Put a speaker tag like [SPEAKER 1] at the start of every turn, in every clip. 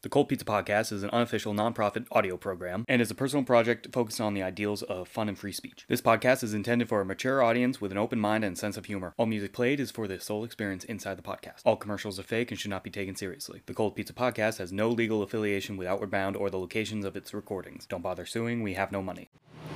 [SPEAKER 1] The Cold Pizza Podcast is an unofficial nonprofit audio program and is a personal project focused on the ideals of fun and free speech. This podcast is intended for a mature audience with an open mind and sense of humor. All music played is for the sole experience inside the podcast. All commercials are fake and should not be taken seriously. The Cold Pizza Podcast has no legal affiliation with Outward Bound or the locations of its recordings. Don't bother suing, we have no money.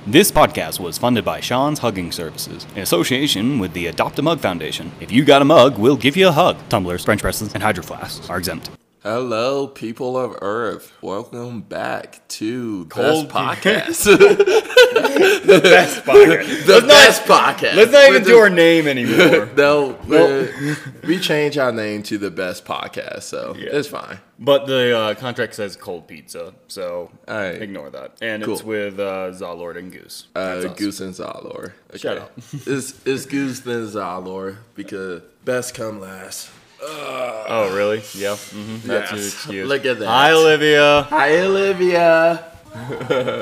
[SPEAKER 1] This podcast was funded by Sean's Hugging Services in association with the Adopt a Mug Foundation. If you got a mug, we'll give you a hug. Tumblers, French presses, and hydro flasks are exempt.
[SPEAKER 2] Hello, people of Earth. Welcome back to
[SPEAKER 1] Cold
[SPEAKER 2] Cold Podcast. the
[SPEAKER 1] Best podcast.
[SPEAKER 2] best podcast.
[SPEAKER 1] Let's not
[SPEAKER 2] We're
[SPEAKER 1] even
[SPEAKER 2] the-
[SPEAKER 1] do our name anymore.
[SPEAKER 2] No, we're- we change our name to the best podcast, so it's fine.
[SPEAKER 3] But the uh, contract says cold pizza, so
[SPEAKER 2] Alright.
[SPEAKER 3] ignore that. And it's
[SPEAKER 2] Cool.
[SPEAKER 3] with uh, Zalord and Goose.
[SPEAKER 2] Uh,
[SPEAKER 3] That's us.
[SPEAKER 2] Goose and Zalor. Okay.
[SPEAKER 3] Shut up.
[SPEAKER 2] it's it's Goose and Zalor because best come last. Ugh.
[SPEAKER 3] Oh, really? Yeah. hmm That's your
[SPEAKER 2] Yes.
[SPEAKER 3] excuse.
[SPEAKER 2] Look at that.
[SPEAKER 3] Hi, Olivia.
[SPEAKER 2] Hi, Olivia.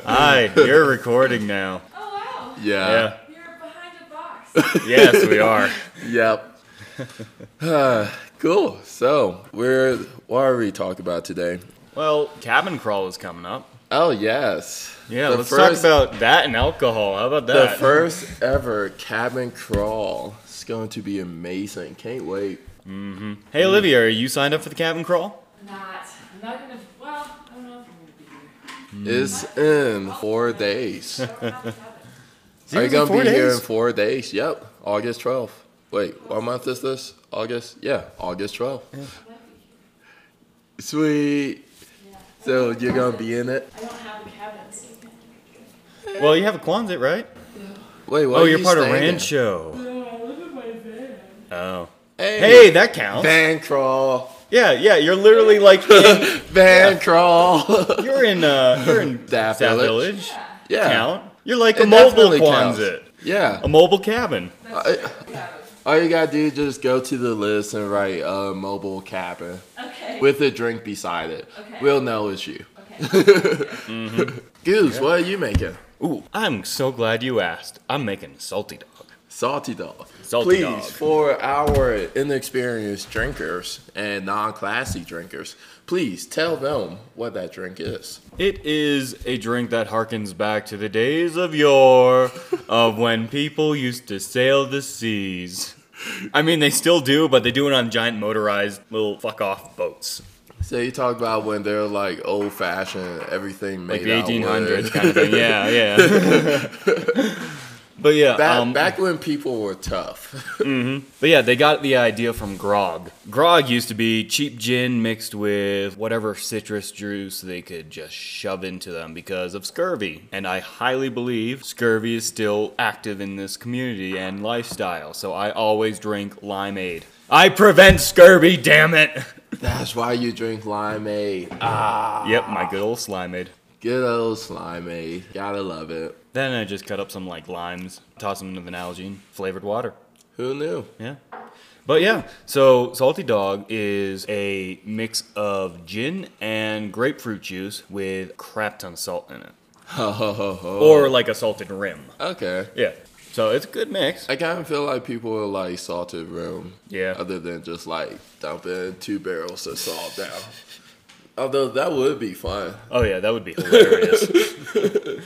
[SPEAKER 3] Hi. You're recording now.
[SPEAKER 4] Oh wow!
[SPEAKER 2] Yeah.
[SPEAKER 3] Yeah.
[SPEAKER 4] You're behind a box.
[SPEAKER 3] Yes, we are.
[SPEAKER 2] Yep. Uh, cool. So, we're what are we talking about today?
[SPEAKER 3] Well, cabin crawl is coming up.
[SPEAKER 2] Oh yes.
[SPEAKER 3] Yeah,
[SPEAKER 2] The
[SPEAKER 3] let's
[SPEAKER 2] first-
[SPEAKER 3] talk about that and alcohol. How about
[SPEAKER 2] The
[SPEAKER 3] that?
[SPEAKER 2] first ever cabin crawl. It's going to be amazing. Can't wait.
[SPEAKER 3] hey, Olivia, are you signed up for the cabin crawl?
[SPEAKER 4] not. I'm not gonna. Well, I don't know if I'm gonna be here.
[SPEAKER 3] Mm.
[SPEAKER 2] It's in four days.
[SPEAKER 4] I don't have to have it.
[SPEAKER 2] Are you
[SPEAKER 3] in
[SPEAKER 2] gonna be
[SPEAKER 3] four
[SPEAKER 2] here
[SPEAKER 3] days?
[SPEAKER 2] in four days? Yep, August twelfth. Wait, what month is this? August? Yeah, August twelfth.
[SPEAKER 4] I might be here.
[SPEAKER 2] Sweet.
[SPEAKER 4] Yeah.
[SPEAKER 2] So you're gonna be in it?
[SPEAKER 4] I don't have the cabins.
[SPEAKER 3] Well, you have a Quonset, right?
[SPEAKER 2] Wait, what?
[SPEAKER 3] oh,
[SPEAKER 2] are
[SPEAKER 3] you're
[SPEAKER 2] you
[SPEAKER 3] part of
[SPEAKER 2] staying in?
[SPEAKER 3] Rancho.
[SPEAKER 4] No, I live in my van.
[SPEAKER 3] Oh.
[SPEAKER 2] Hey,
[SPEAKER 3] Hey, that counts.
[SPEAKER 2] van crawl,
[SPEAKER 3] Yeah, yeah. You're literally like in,
[SPEAKER 2] van crawl.
[SPEAKER 3] You're in uh, you're in
[SPEAKER 2] That
[SPEAKER 3] that
[SPEAKER 2] village.
[SPEAKER 3] village.
[SPEAKER 2] yeah,
[SPEAKER 3] Count. You're like a
[SPEAKER 2] It
[SPEAKER 3] mobile
[SPEAKER 2] definitely counts.
[SPEAKER 3] Quonset,
[SPEAKER 2] Yeah.
[SPEAKER 3] a mobile cabin.
[SPEAKER 2] I- all you gotta do is just go to the list and write uh, mobile cabin.
[SPEAKER 4] Okay.
[SPEAKER 2] with a drink beside it.
[SPEAKER 4] Okay.
[SPEAKER 2] We'll know it's you.
[SPEAKER 4] okay.
[SPEAKER 2] Goose, what are you making?
[SPEAKER 3] Ooh, I'm so glad you asked. I'm making salty dog.
[SPEAKER 2] Salty dog.
[SPEAKER 3] Salty
[SPEAKER 2] Please,
[SPEAKER 3] dog.
[SPEAKER 2] for our inexperienced drinkers and non-classy drinkers, please tell them what that drink is.
[SPEAKER 3] It is a drink that harkens back to the days of yore, of when people used to sail the seas. I mean, they still do, but they do it on giant motorized little fuck off boats,
[SPEAKER 2] So you talk about when they're like old-fashioned, everything
[SPEAKER 3] like
[SPEAKER 2] made
[SPEAKER 3] the
[SPEAKER 2] out of wood.
[SPEAKER 3] 1800s kind of thing. Yeah, yeah. but yeah,
[SPEAKER 2] Back,
[SPEAKER 3] um,
[SPEAKER 2] back when people were tough.
[SPEAKER 3] But yeah, they got the idea from grog. Grog used to be cheap gin mixed with whatever citrus juice they could just shove into them because of scurvy. And I highly believe scurvy is still active in this community and lifestyle, so I always drink limeade. I prevent scurvy, damn it!
[SPEAKER 2] That's why you drink limeade.
[SPEAKER 3] Yep, my good old slimeade.
[SPEAKER 2] Good old slimeade. Gotta love it.
[SPEAKER 3] Then I just cut up some like limes, toss them into the Nalgene, flavored water.
[SPEAKER 2] Who knew?
[SPEAKER 3] Yeah. But yeah, so Salty Dog is a mix of gin and grapefruit juice with crap ton of salt in it.
[SPEAKER 2] Ho, ho, ho, ho.
[SPEAKER 3] Or like a salted rim.
[SPEAKER 2] okay.
[SPEAKER 3] Yeah. So it's a good mix.
[SPEAKER 2] I kind of feel like people are like salted room.
[SPEAKER 3] Yeah.
[SPEAKER 2] Other than just like dumping two barrels of salt down. Although that would be fun.
[SPEAKER 3] Oh yeah, that would be hilarious.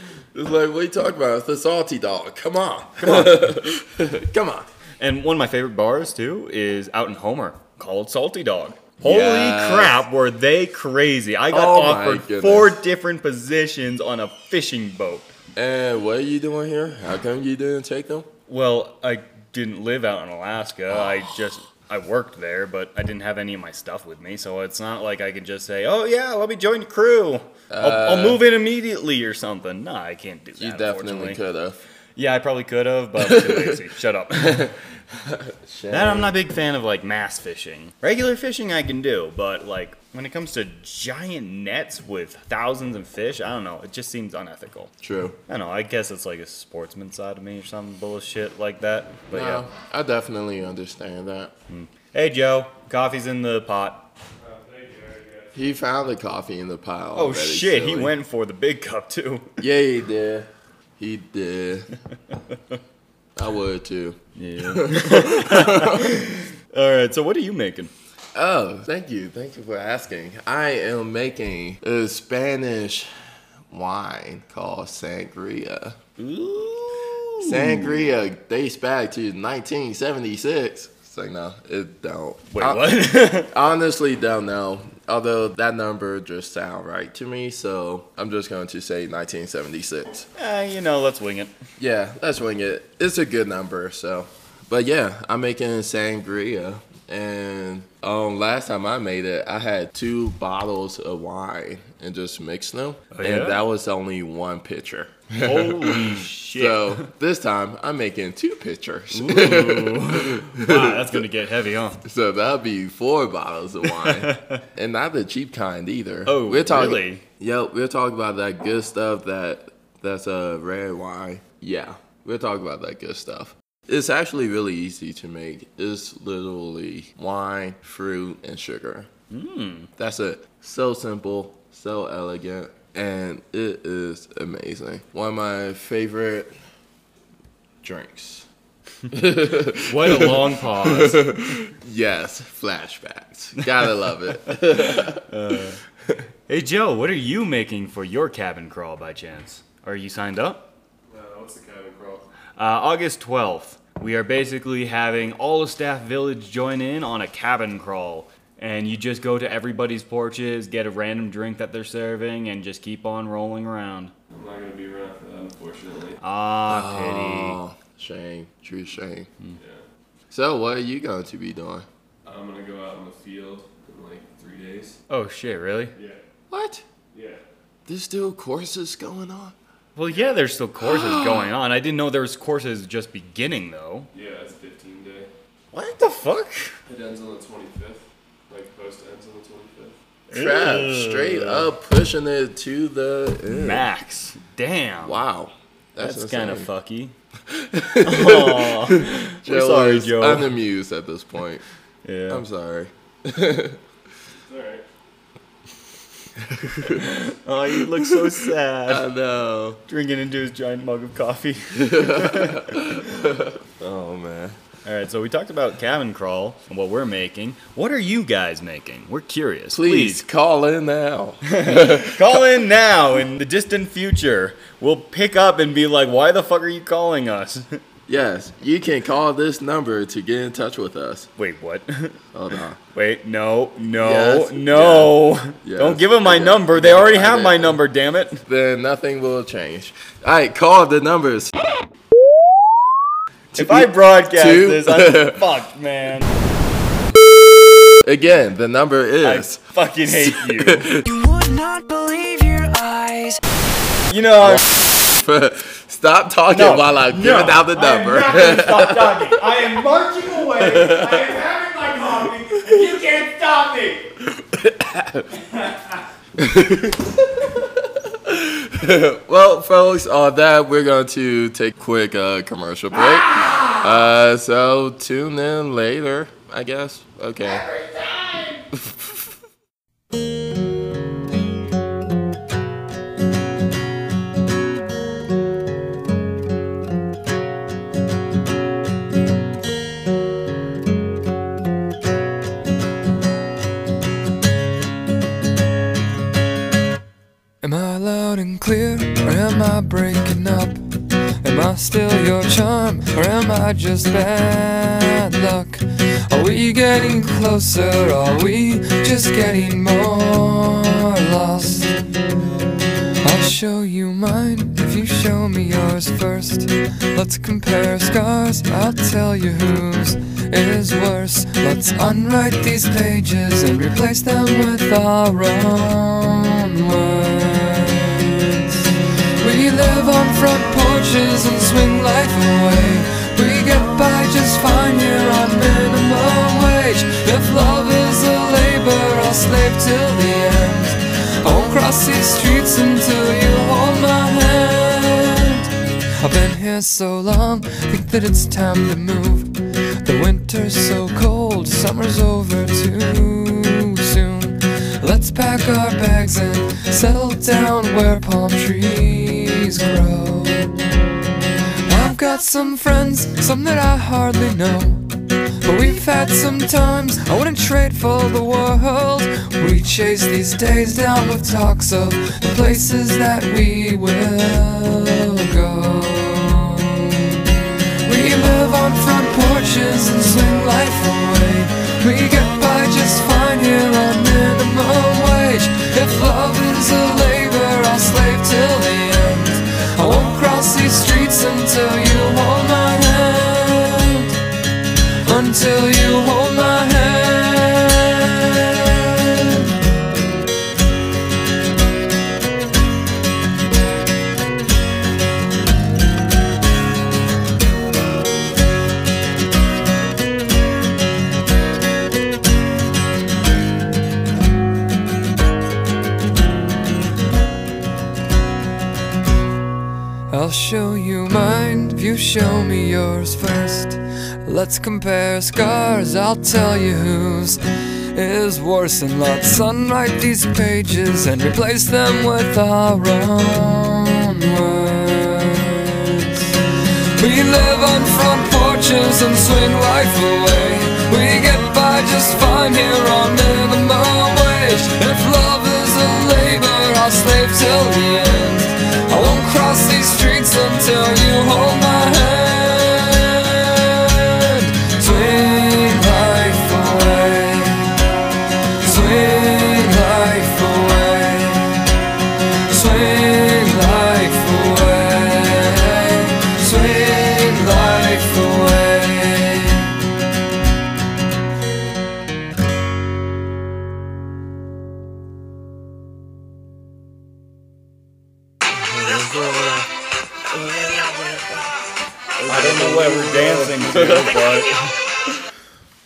[SPEAKER 2] It's like, what are you talking about? It's the salty dog. Come on. Come on. Come on.
[SPEAKER 3] and one of my favorite bars too is out in Homer called Salty Dog. Holy
[SPEAKER 2] Yes.
[SPEAKER 3] crap, were they crazy? I got
[SPEAKER 2] Oh my
[SPEAKER 3] offered
[SPEAKER 2] goodness.
[SPEAKER 3] four different positions on a fishing boat.
[SPEAKER 2] And what are you doing here? How come you didn't take them?
[SPEAKER 3] Well, I didn't live out in Alaska. I just I worked there, but I didn't have any of my stuff with me, so it's not like I could just say, "Oh yeah, let me join the crew. I'll, I'll move in immediately" or something. Nah, I can't do that.
[SPEAKER 2] Uh, You definitely
[SPEAKER 3] unfortunately.
[SPEAKER 2] could have.
[SPEAKER 3] Yeah, I probably could have, but I'm too lazy. Shut up. that I'm not a big fan of like mass fishing. Regular fishing I can do, but like when it comes to giant nets with thousands of fish, I don't know. It just seems unethical.
[SPEAKER 2] True.
[SPEAKER 3] I don't know. I guess it's like a sportsman side of me or some bullshit like that. But yeah.
[SPEAKER 2] No, I definitely understand that.
[SPEAKER 3] Hey Joe, coffee's in the pot.
[SPEAKER 2] He found the coffee in the pile.
[SPEAKER 3] Oh
[SPEAKER 2] already,
[SPEAKER 3] shit, he
[SPEAKER 2] silly.
[SPEAKER 3] went for the big cup too.
[SPEAKER 2] Yeah, he did. He did. I would too.
[SPEAKER 3] Yeah. All right, so what are you making?
[SPEAKER 2] Oh, thank you. Thank you for asking. I am making a Spanish wine called Sangria. Sangria dates back to 1976. It's like, no, it don't.
[SPEAKER 3] Wait,
[SPEAKER 2] I-
[SPEAKER 3] what?
[SPEAKER 2] Honestly, don't know. Although that number just sound right to me, so I'm just going to say 1976.
[SPEAKER 3] Eh, you know, let's wing it.
[SPEAKER 2] Yeah, let's wing it. It's a good number, so. But yeah, I'm making sangria, and um, last time I made it, I had two bottles of wine and just mixed them,
[SPEAKER 3] yeah?
[SPEAKER 2] and that was only one pitcher.
[SPEAKER 3] Holy shit.
[SPEAKER 2] So this time I'm making two pitchers,
[SPEAKER 3] Wow, that's gonna get heavy, huh?
[SPEAKER 2] so that'll be four bottles of wine, and not the cheap kind either.
[SPEAKER 3] Oh,
[SPEAKER 2] talking,
[SPEAKER 3] really?
[SPEAKER 2] Yep, we're talking about that good stuff that that's a red wine. Yeah, we're talking about that good stuff. It's actually really easy to make. It's literally wine, fruit, and sugar.
[SPEAKER 3] Hmm.
[SPEAKER 2] Mm. That's it. So simple, so elegant, and it is amazing. One of my favorite drinks.
[SPEAKER 3] What a long pause.
[SPEAKER 2] Yes, flashbacks. Gotta love it.
[SPEAKER 3] Hey Joe, what are you making for your cabin crawl by chance? Are you signed up?
[SPEAKER 5] Uh, what's the cabin crawl?
[SPEAKER 3] Uh, August 12th, we are basically having all of Staff Village join in on a cabin crawl. And you just go to everybody's porches, get a random drink that they're serving, and just keep on rolling around.
[SPEAKER 5] I'm not gonna be around for that, unfortunately.
[SPEAKER 3] Ah, pity.
[SPEAKER 2] Oh, shame. True shame. So, what are you going to be doing?
[SPEAKER 5] I'm gonna go out in the field in like three days.
[SPEAKER 3] Oh shit, really?
[SPEAKER 5] Yeah,
[SPEAKER 2] What?
[SPEAKER 5] yeah.
[SPEAKER 2] There's still courses going on?
[SPEAKER 3] Well, yeah, there's still courses going on. I didn't know there was courses just beginning though.
[SPEAKER 5] Yeah, it's 15 day.
[SPEAKER 2] What the fuck?
[SPEAKER 5] It ends on the 25th. Like, post ends on the 25th.
[SPEAKER 2] Crap, straight up pushing it to the end.
[SPEAKER 3] Max, damn.
[SPEAKER 2] Wow. That's,
[SPEAKER 3] That's kind of
[SPEAKER 2] insane.
[SPEAKER 3] fucky. Aw.
[SPEAKER 2] Joe
[SPEAKER 3] sorry,
[SPEAKER 2] is
[SPEAKER 3] Joe.
[SPEAKER 2] unamused at this point.
[SPEAKER 3] Yeah.
[SPEAKER 2] I'm sorry.
[SPEAKER 5] It's alright.
[SPEAKER 3] Oh, you look so sad.
[SPEAKER 2] I know.
[SPEAKER 3] Drinking into his giant mug of coffee.
[SPEAKER 2] Oh, man.
[SPEAKER 3] All right, so we talked about cabin crawl and what we're making. What are you guys making? We're curious.
[SPEAKER 2] Please call in now.
[SPEAKER 3] call in now in the distant future. We'll pick up and be like, why the fuck are you calling us?
[SPEAKER 2] yes, you can call this number to get in touch with us.
[SPEAKER 3] Wait, what?
[SPEAKER 2] Hold on.
[SPEAKER 3] Wait, no, no,
[SPEAKER 2] Yes,
[SPEAKER 3] no.
[SPEAKER 2] yes,
[SPEAKER 3] Don't give them my
[SPEAKER 2] yes.
[SPEAKER 3] number. They already have
[SPEAKER 2] I
[SPEAKER 3] my
[SPEAKER 2] did.
[SPEAKER 3] number, damn it.
[SPEAKER 2] Then nothing will change. All right, call the numbers.
[SPEAKER 3] If I broadcast
[SPEAKER 2] two-
[SPEAKER 3] this, I'm fucked, man.
[SPEAKER 2] Again, the number
[SPEAKER 3] I
[SPEAKER 2] is.
[SPEAKER 3] fucking hate you.
[SPEAKER 6] You would not believe your eyes.
[SPEAKER 3] You know, I'm
[SPEAKER 2] Stop talking
[SPEAKER 3] No,
[SPEAKER 2] while I'm giving out the number.
[SPEAKER 3] stop talking. I am marching away.
[SPEAKER 4] I am having my coffee, and you can't stop me.
[SPEAKER 2] well, folks, on that, we're going to take a quick uh, commercial break.
[SPEAKER 3] Ah!
[SPEAKER 2] Uh, so tune in later, I guess. Okay.
[SPEAKER 7] Am I loud and clear, or am I breaking up? Am I still your charm, or am I just bad luck? Are we getting closer, are we just getting more lost? I'll show you mine if you show me yours first. Let's compare scars, I'll tell you whose is worse. Let's unwrite these pages and replace them with our own words. We live on front porches and swing life away. We get by just fine here on minimum wage. If love is a labor, I'll slave till the end. I'll cross these streets until you hold my hand. I've been here so long, think that it's time to move. The winter's so cold, summer's over too soon. Let's pack our bags and settle down where palm trees grow. I've got some friends, some that I hardly know. but we've had some times I wouldn't trade for the world. We chase these days down with talks of the places that we will go. We live on front porches and swing life away. We get by just fine here on minimum wage. If love is a labor, I'll slave till the end. I won't cross these streets until you hold my hand. Until you hold my hand. I'll show you mine if you show me yours first. Let's compare scars, I'll tell you whose is worse. And let's unwrite these pages and replace them with our own words. We live on front porches and swing life away. We get by just fine here on minimum wage. If love is a labor, I'll slave till the end. I won't cross these streets until you hold my hand. Swing life away. Swing life away. Swing life away. Swing life away.
[SPEAKER 3] I don't know what we're dancing to, but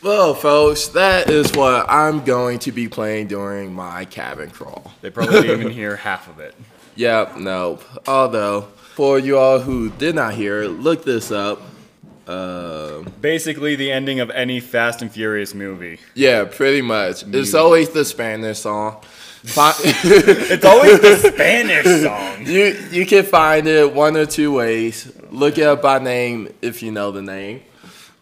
[SPEAKER 2] Well, folks, that is what I'm going to be playing during my cabin crawl.
[SPEAKER 3] they probably didn't even hear half of it.
[SPEAKER 2] Yep, nope. Although, for you all who did not hear, it, look this up. Um,
[SPEAKER 3] Basically, the ending of any Fast and Furious movie.
[SPEAKER 2] yeah, pretty much. It's always the Spanish song. Fi-
[SPEAKER 3] It's always the Spanish song.
[SPEAKER 2] you you can find it one or two ways. Look it up by name if you know the name,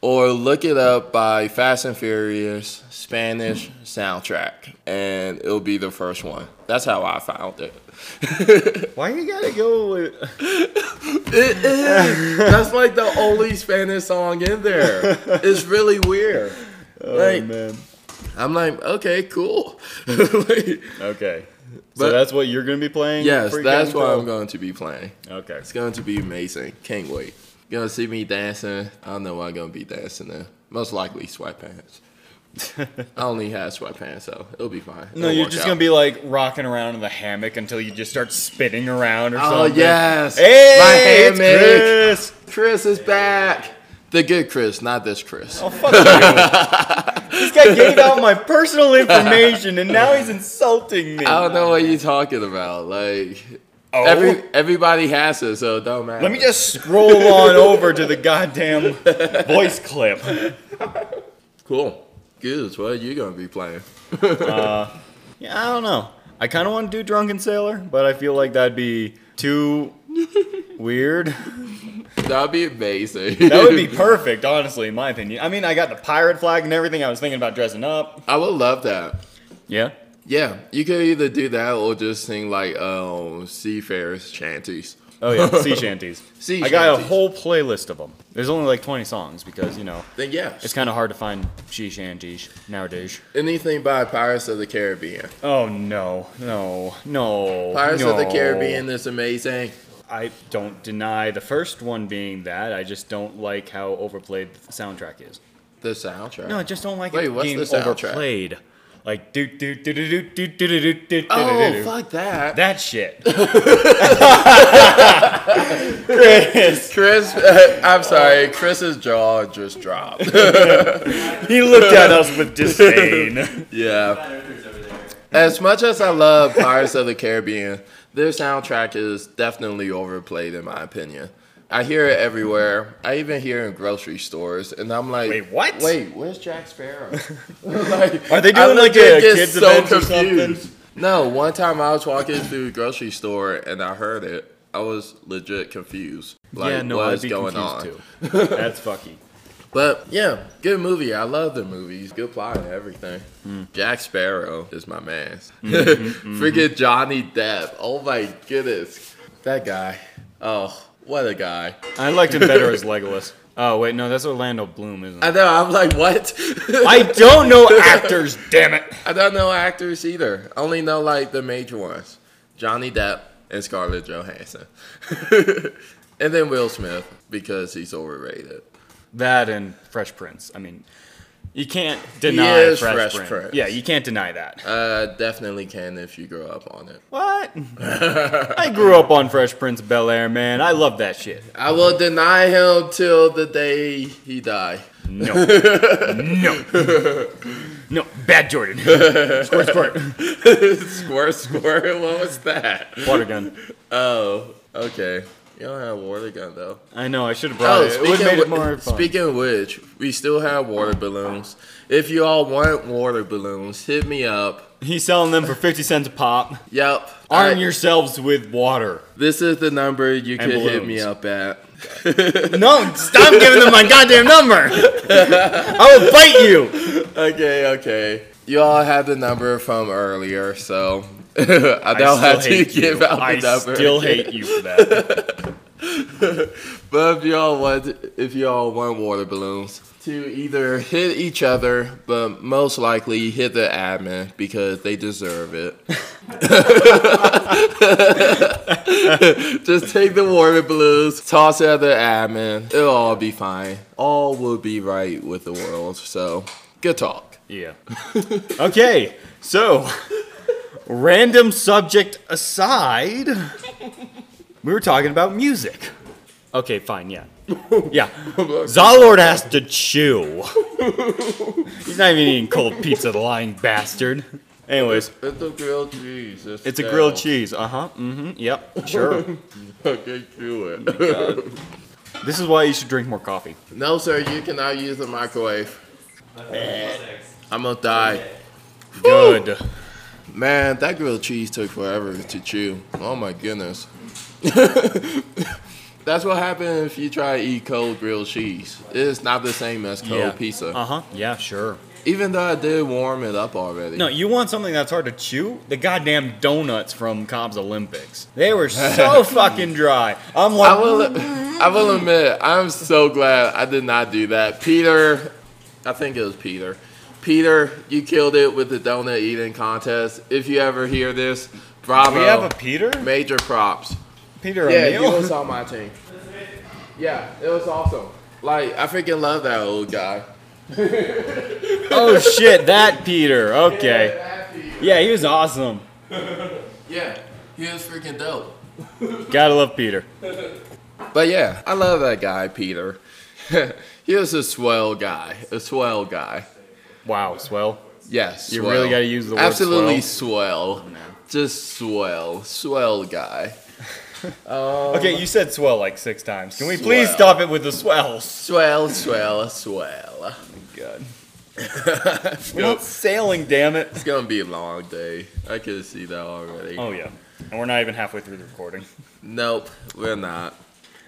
[SPEAKER 2] or look it up by Fast and Furious Spanish soundtrack, and it'll be the first one. That's how I found it.
[SPEAKER 3] Why you gotta go with.
[SPEAKER 2] It is. That's like the only Spanish song in there. It's really weird. like
[SPEAKER 3] Oh, man.
[SPEAKER 2] I'm like, okay, cool. Like,
[SPEAKER 3] Okay.
[SPEAKER 2] But-
[SPEAKER 3] so that's what you're gonna be playing?
[SPEAKER 2] yes,
[SPEAKER 3] for
[SPEAKER 2] that's
[SPEAKER 3] Game
[SPEAKER 2] what
[SPEAKER 3] Pro?
[SPEAKER 2] I'm going to be playing.
[SPEAKER 3] Okay.
[SPEAKER 2] It's going to be amazing. Can't wait. You're going to see me dancing. I don't know what I'm going to be dancing in. Most likely sweatpants. I only have sweatpants, so it'll be fine.
[SPEAKER 3] No,
[SPEAKER 2] It'll
[SPEAKER 3] you're
[SPEAKER 2] work
[SPEAKER 3] just
[SPEAKER 2] out.
[SPEAKER 3] gonna be like rocking around in the hammock until you just start spinning around or
[SPEAKER 2] Oh,
[SPEAKER 3] something.
[SPEAKER 2] yes.
[SPEAKER 3] Hey,
[SPEAKER 2] My hammock.
[SPEAKER 3] it's Chris.
[SPEAKER 2] Chris is back. The good Chris, not this Chris.
[SPEAKER 3] Oh fuck you! this guy gave out my personal information, and now he's insulting me.
[SPEAKER 2] I don't know what you're talking about. Like, every, everybody has it, so it don't matter.
[SPEAKER 3] Oh. Let me just scroll on over to the goddamn voice clip.
[SPEAKER 2] Cool. Goose, what are you going to be playing?
[SPEAKER 3] Yeah, I don't know. I kind of want to do Drunken Sailor, but I feel like that'd be too weird.
[SPEAKER 2] That would be amazing.
[SPEAKER 3] That would be perfect, honestly, in my opinion. I mean, I got the pirate flag and everything. I was thinking about dressing up.
[SPEAKER 2] I would love that.
[SPEAKER 3] Yeah.
[SPEAKER 2] Yeah, you could either do that or just sing like um seafarers shanties.
[SPEAKER 3] Oh yeah, sea shanties.
[SPEAKER 2] Sea
[SPEAKER 3] I got a
[SPEAKER 2] shanties.
[SPEAKER 3] whole playlist of them. There's only like 20 songs because you know
[SPEAKER 2] Then yeah,
[SPEAKER 3] it's kind of hard to find sea shanties nowadays.
[SPEAKER 2] anything by Pirates of the Caribbean.
[SPEAKER 3] Oh no, no, no.
[SPEAKER 2] Pirates of the
[SPEAKER 3] no.
[SPEAKER 2] Caribbean is amazing.
[SPEAKER 3] I don't deny the first one being that. I just don't like how overplayed the soundtrack is.
[SPEAKER 2] The soundtrack.
[SPEAKER 3] No, I just don't like
[SPEAKER 2] Wait,
[SPEAKER 3] it
[SPEAKER 2] what's
[SPEAKER 3] being
[SPEAKER 2] the soundtrack?
[SPEAKER 3] overplayed. Like do do do do do do do do do do
[SPEAKER 2] oh
[SPEAKER 3] do do.
[SPEAKER 2] fuck that.
[SPEAKER 3] That shit. Chris,
[SPEAKER 2] Chris, I'm sorry, Chris's jaw just dropped.
[SPEAKER 3] he looked at us with disdain.
[SPEAKER 2] yeah. As much as I love Pirates of the Caribbean, their soundtrack is definitely overplayed in my opinion. I hear it everywhere. I even hear it in grocery stores, and I'm like,
[SPEAKER 3] Wait, what?
[SPEAKER 2] Wait, where's Jack Sparrow? like,
[SPEAKER 3] Are they
[SPEAKER 2] I
[SPEAKER 3] doing like
[SPEAKER 2] legit
[SPEAKER 3] a
[SPEAKER 2] get
[SPEAKER 3] kids
[SPEAKER 2] so
[SPEAKER 3] event or something?
[SPEAKER 2] confused. No, one time I was walking through the grocery store and I heard it. I was legit confused. Like,
[SPEAKER 3] yeah, no,
[SPEAKER 2] what
[SPEAKER 3] I'd
[SPEAKER 2] is
[SPEAKER 3] be
[SPEAKER 2] going
[SPEAKER 3] confused
[SPEAKER 2] on?
[SPEAKER 3] too. That's fucky.
[SPEAKER 2] But yeah, good movie. I love the movies. Good plot and everything. Jack Sparrow is my man. Freaking Johnny Depp. Oh my goodness. That guy. Oh, what a guy.
[SPEAKER 3] I liked him better as Legolas. Oh wait, no, that's Orlando Bloom, isn't
[SPEAKER 2] I
[SPEAKER 3] it?
[SPEAKER 2] know. I'm like, what?
[SPEAKER 3] I don't know actors, damn it.
[SPEAKER 2] I don't know actors either. I only know like the major ones Johnny Depp and Scarlett Johansson. and then Will Smith because he's overrated.
[SPEAKER 3] That and Fresh Prince. I mean, you can't deny
[SPEAKER 2] is
[SPEAKER 3] Fresh,
[SPEAKER 2] Fresh
[SPEAKER 3] Prince.
[SPEAKER 2] Prince.
[SPEAKER 3] Yeah, you can't deny that.
[SPEAKER 2] Uh, definitely can if you grow up on it.
[SPEAKER 3] What? I grew up on Fresh Prince of Bel Air, man. I love that shit.
[SPEAKER 2] I will deny him till the day he die.
[SPEAKER 3] No, no, no. Bad Jordan. squirt, squirt.
[SPEAKER 2] Squirt, squirt. What was that?
[SPEAKER 3] Water gun.
[SPEAKER 2] Oh, okay. You don't have water gun though.
[SPEAKER 3] I know. I should have brought it. It would have made it
[SPEAKER 2] whi-
[SPEAKER 3] more fun.
[SPEAKER 2] speaking of which, we still have water balloons. If you all want water balloons, hit me up.
[SPEAKER 3] He's selling them for fifty cents a pop.
[SPEAKER 2] Yep.
[SPEAKER 3] Arm
[SPEAKER 2] I-
[SPEAKER 3] yourselves with water.
[SPEAKER 2] This is the number you can
[SPEAKER 3] And
[SPEAKER 2] hit me
[SPEAKER 3] balloons.
[SPEAKER 2] up at.
[SPEAKER 3] No, stop giving them my goddamn number. I will bite you.
[SPEAKER 2] Okay, okay. You all have the number from earlier, so I
[SPEAKER 3] still
[SPEAKER 2] don't have to
[SPEAKER 3] hate you.
[SPEAKER 2] give out the
[SPEAKER 3] I
[SPEAKER 2] number.
[SPEAKER 3] still hate you for that.
[SPEAKER 2] But if y'all want, if y'all want water balloons, to either hit each other, but most likely hit the admin because they deserve it. Just take the water balloons, toss it at the admin. It'll all be fine. All will be right with the world. So, good talk.
[SPEAKER 3] Yeah. Okay, so random subject aside, we were talking about music. Okay, fine, yeah. Yeah. Zalord has to chew. He's not even eating cold pizza, the lying bastard. Anyways,
[SPEAKER 2] It's a grilled cheese. It's,
[SPEAKER 3] it's a grilled cheese. Uh huh. Mm hmm. Yep. Sure.
[SPEAKER 2] Okay, chew it.
[SPEAKER 3] This is why you should drink more coffee.
[SPEAKER 2] no, sir, you cannot use the microwave. I'm gonna die.
[SPEAKER 3] Good.
[SPEAKER 2] Man, that grilled cheese took forever to chew. Oh my goodness. That's what happens if you try to eat cold grilled cheese. It's not the same as cold pizza.
[SPEAKER 3] Uh huh. Yeah, sure.
[SPEAKER 2] Even though I did warm it up already.
[SPEAKER 3] No, you want something that's hard to chew? The goddamn donuts from Cobb's Olympics. They were so fucking dry. I'm
[SPEAKER 2] I
[SPEAKER 3] like,
[SPEAKER 2] will I will admit, I'm so glad I did not do that. Peter I think it was Peter. Peter, you killed it with the donut eating contest. If you ever hear this, bravo.
[SPEAKER 3] we have a Peter?
[SPEAKER 2] major props.
[SPEAKER 3] Peter
[SPEAKER 2] Yeah, he
[SPEAKER 3] O'Neill?
[SPEAKER 2] was on my team. Yeah, it was awesome. Like I freaking love that old guy.
[SPEAKER 3] oh shit, that Peter. Okay. Yeah, he was awesome.
[SPEAKER 2] Yeah, he was freaking dope.
[SPEAKER 3] Gotta love Peter.
[SPEAKER 2] But yeah, I love that guy, Peter. he was a swell guy. A swell guy.
[SPEAKER 3] Wow, swell.
[SPEAKER 2] Yes.
[SPEAKER 3] You
[SPEAKER 2] swell.
[SPEAKER 3] really gotta use the word
[SPEAKER 2] Absolutely swell. Just swell. Swell guy.
[SPEAKER 3] Okay, you said swell like six times. Can we please
[SPEAKER 2] Swell.
[SPEAKER 3] stop it with the swells?
[SPEAKER 2] Swell, swell, swell.
[SPEAKER 3] God. We're not sailing, damn it.
[SPEAKER 2] It's gonna be a long day. I could see that already.
[SPEAKER 3] Oh yeah. And we're not even halfway through the recording.
[SPEAKER 2] Nope, we're not.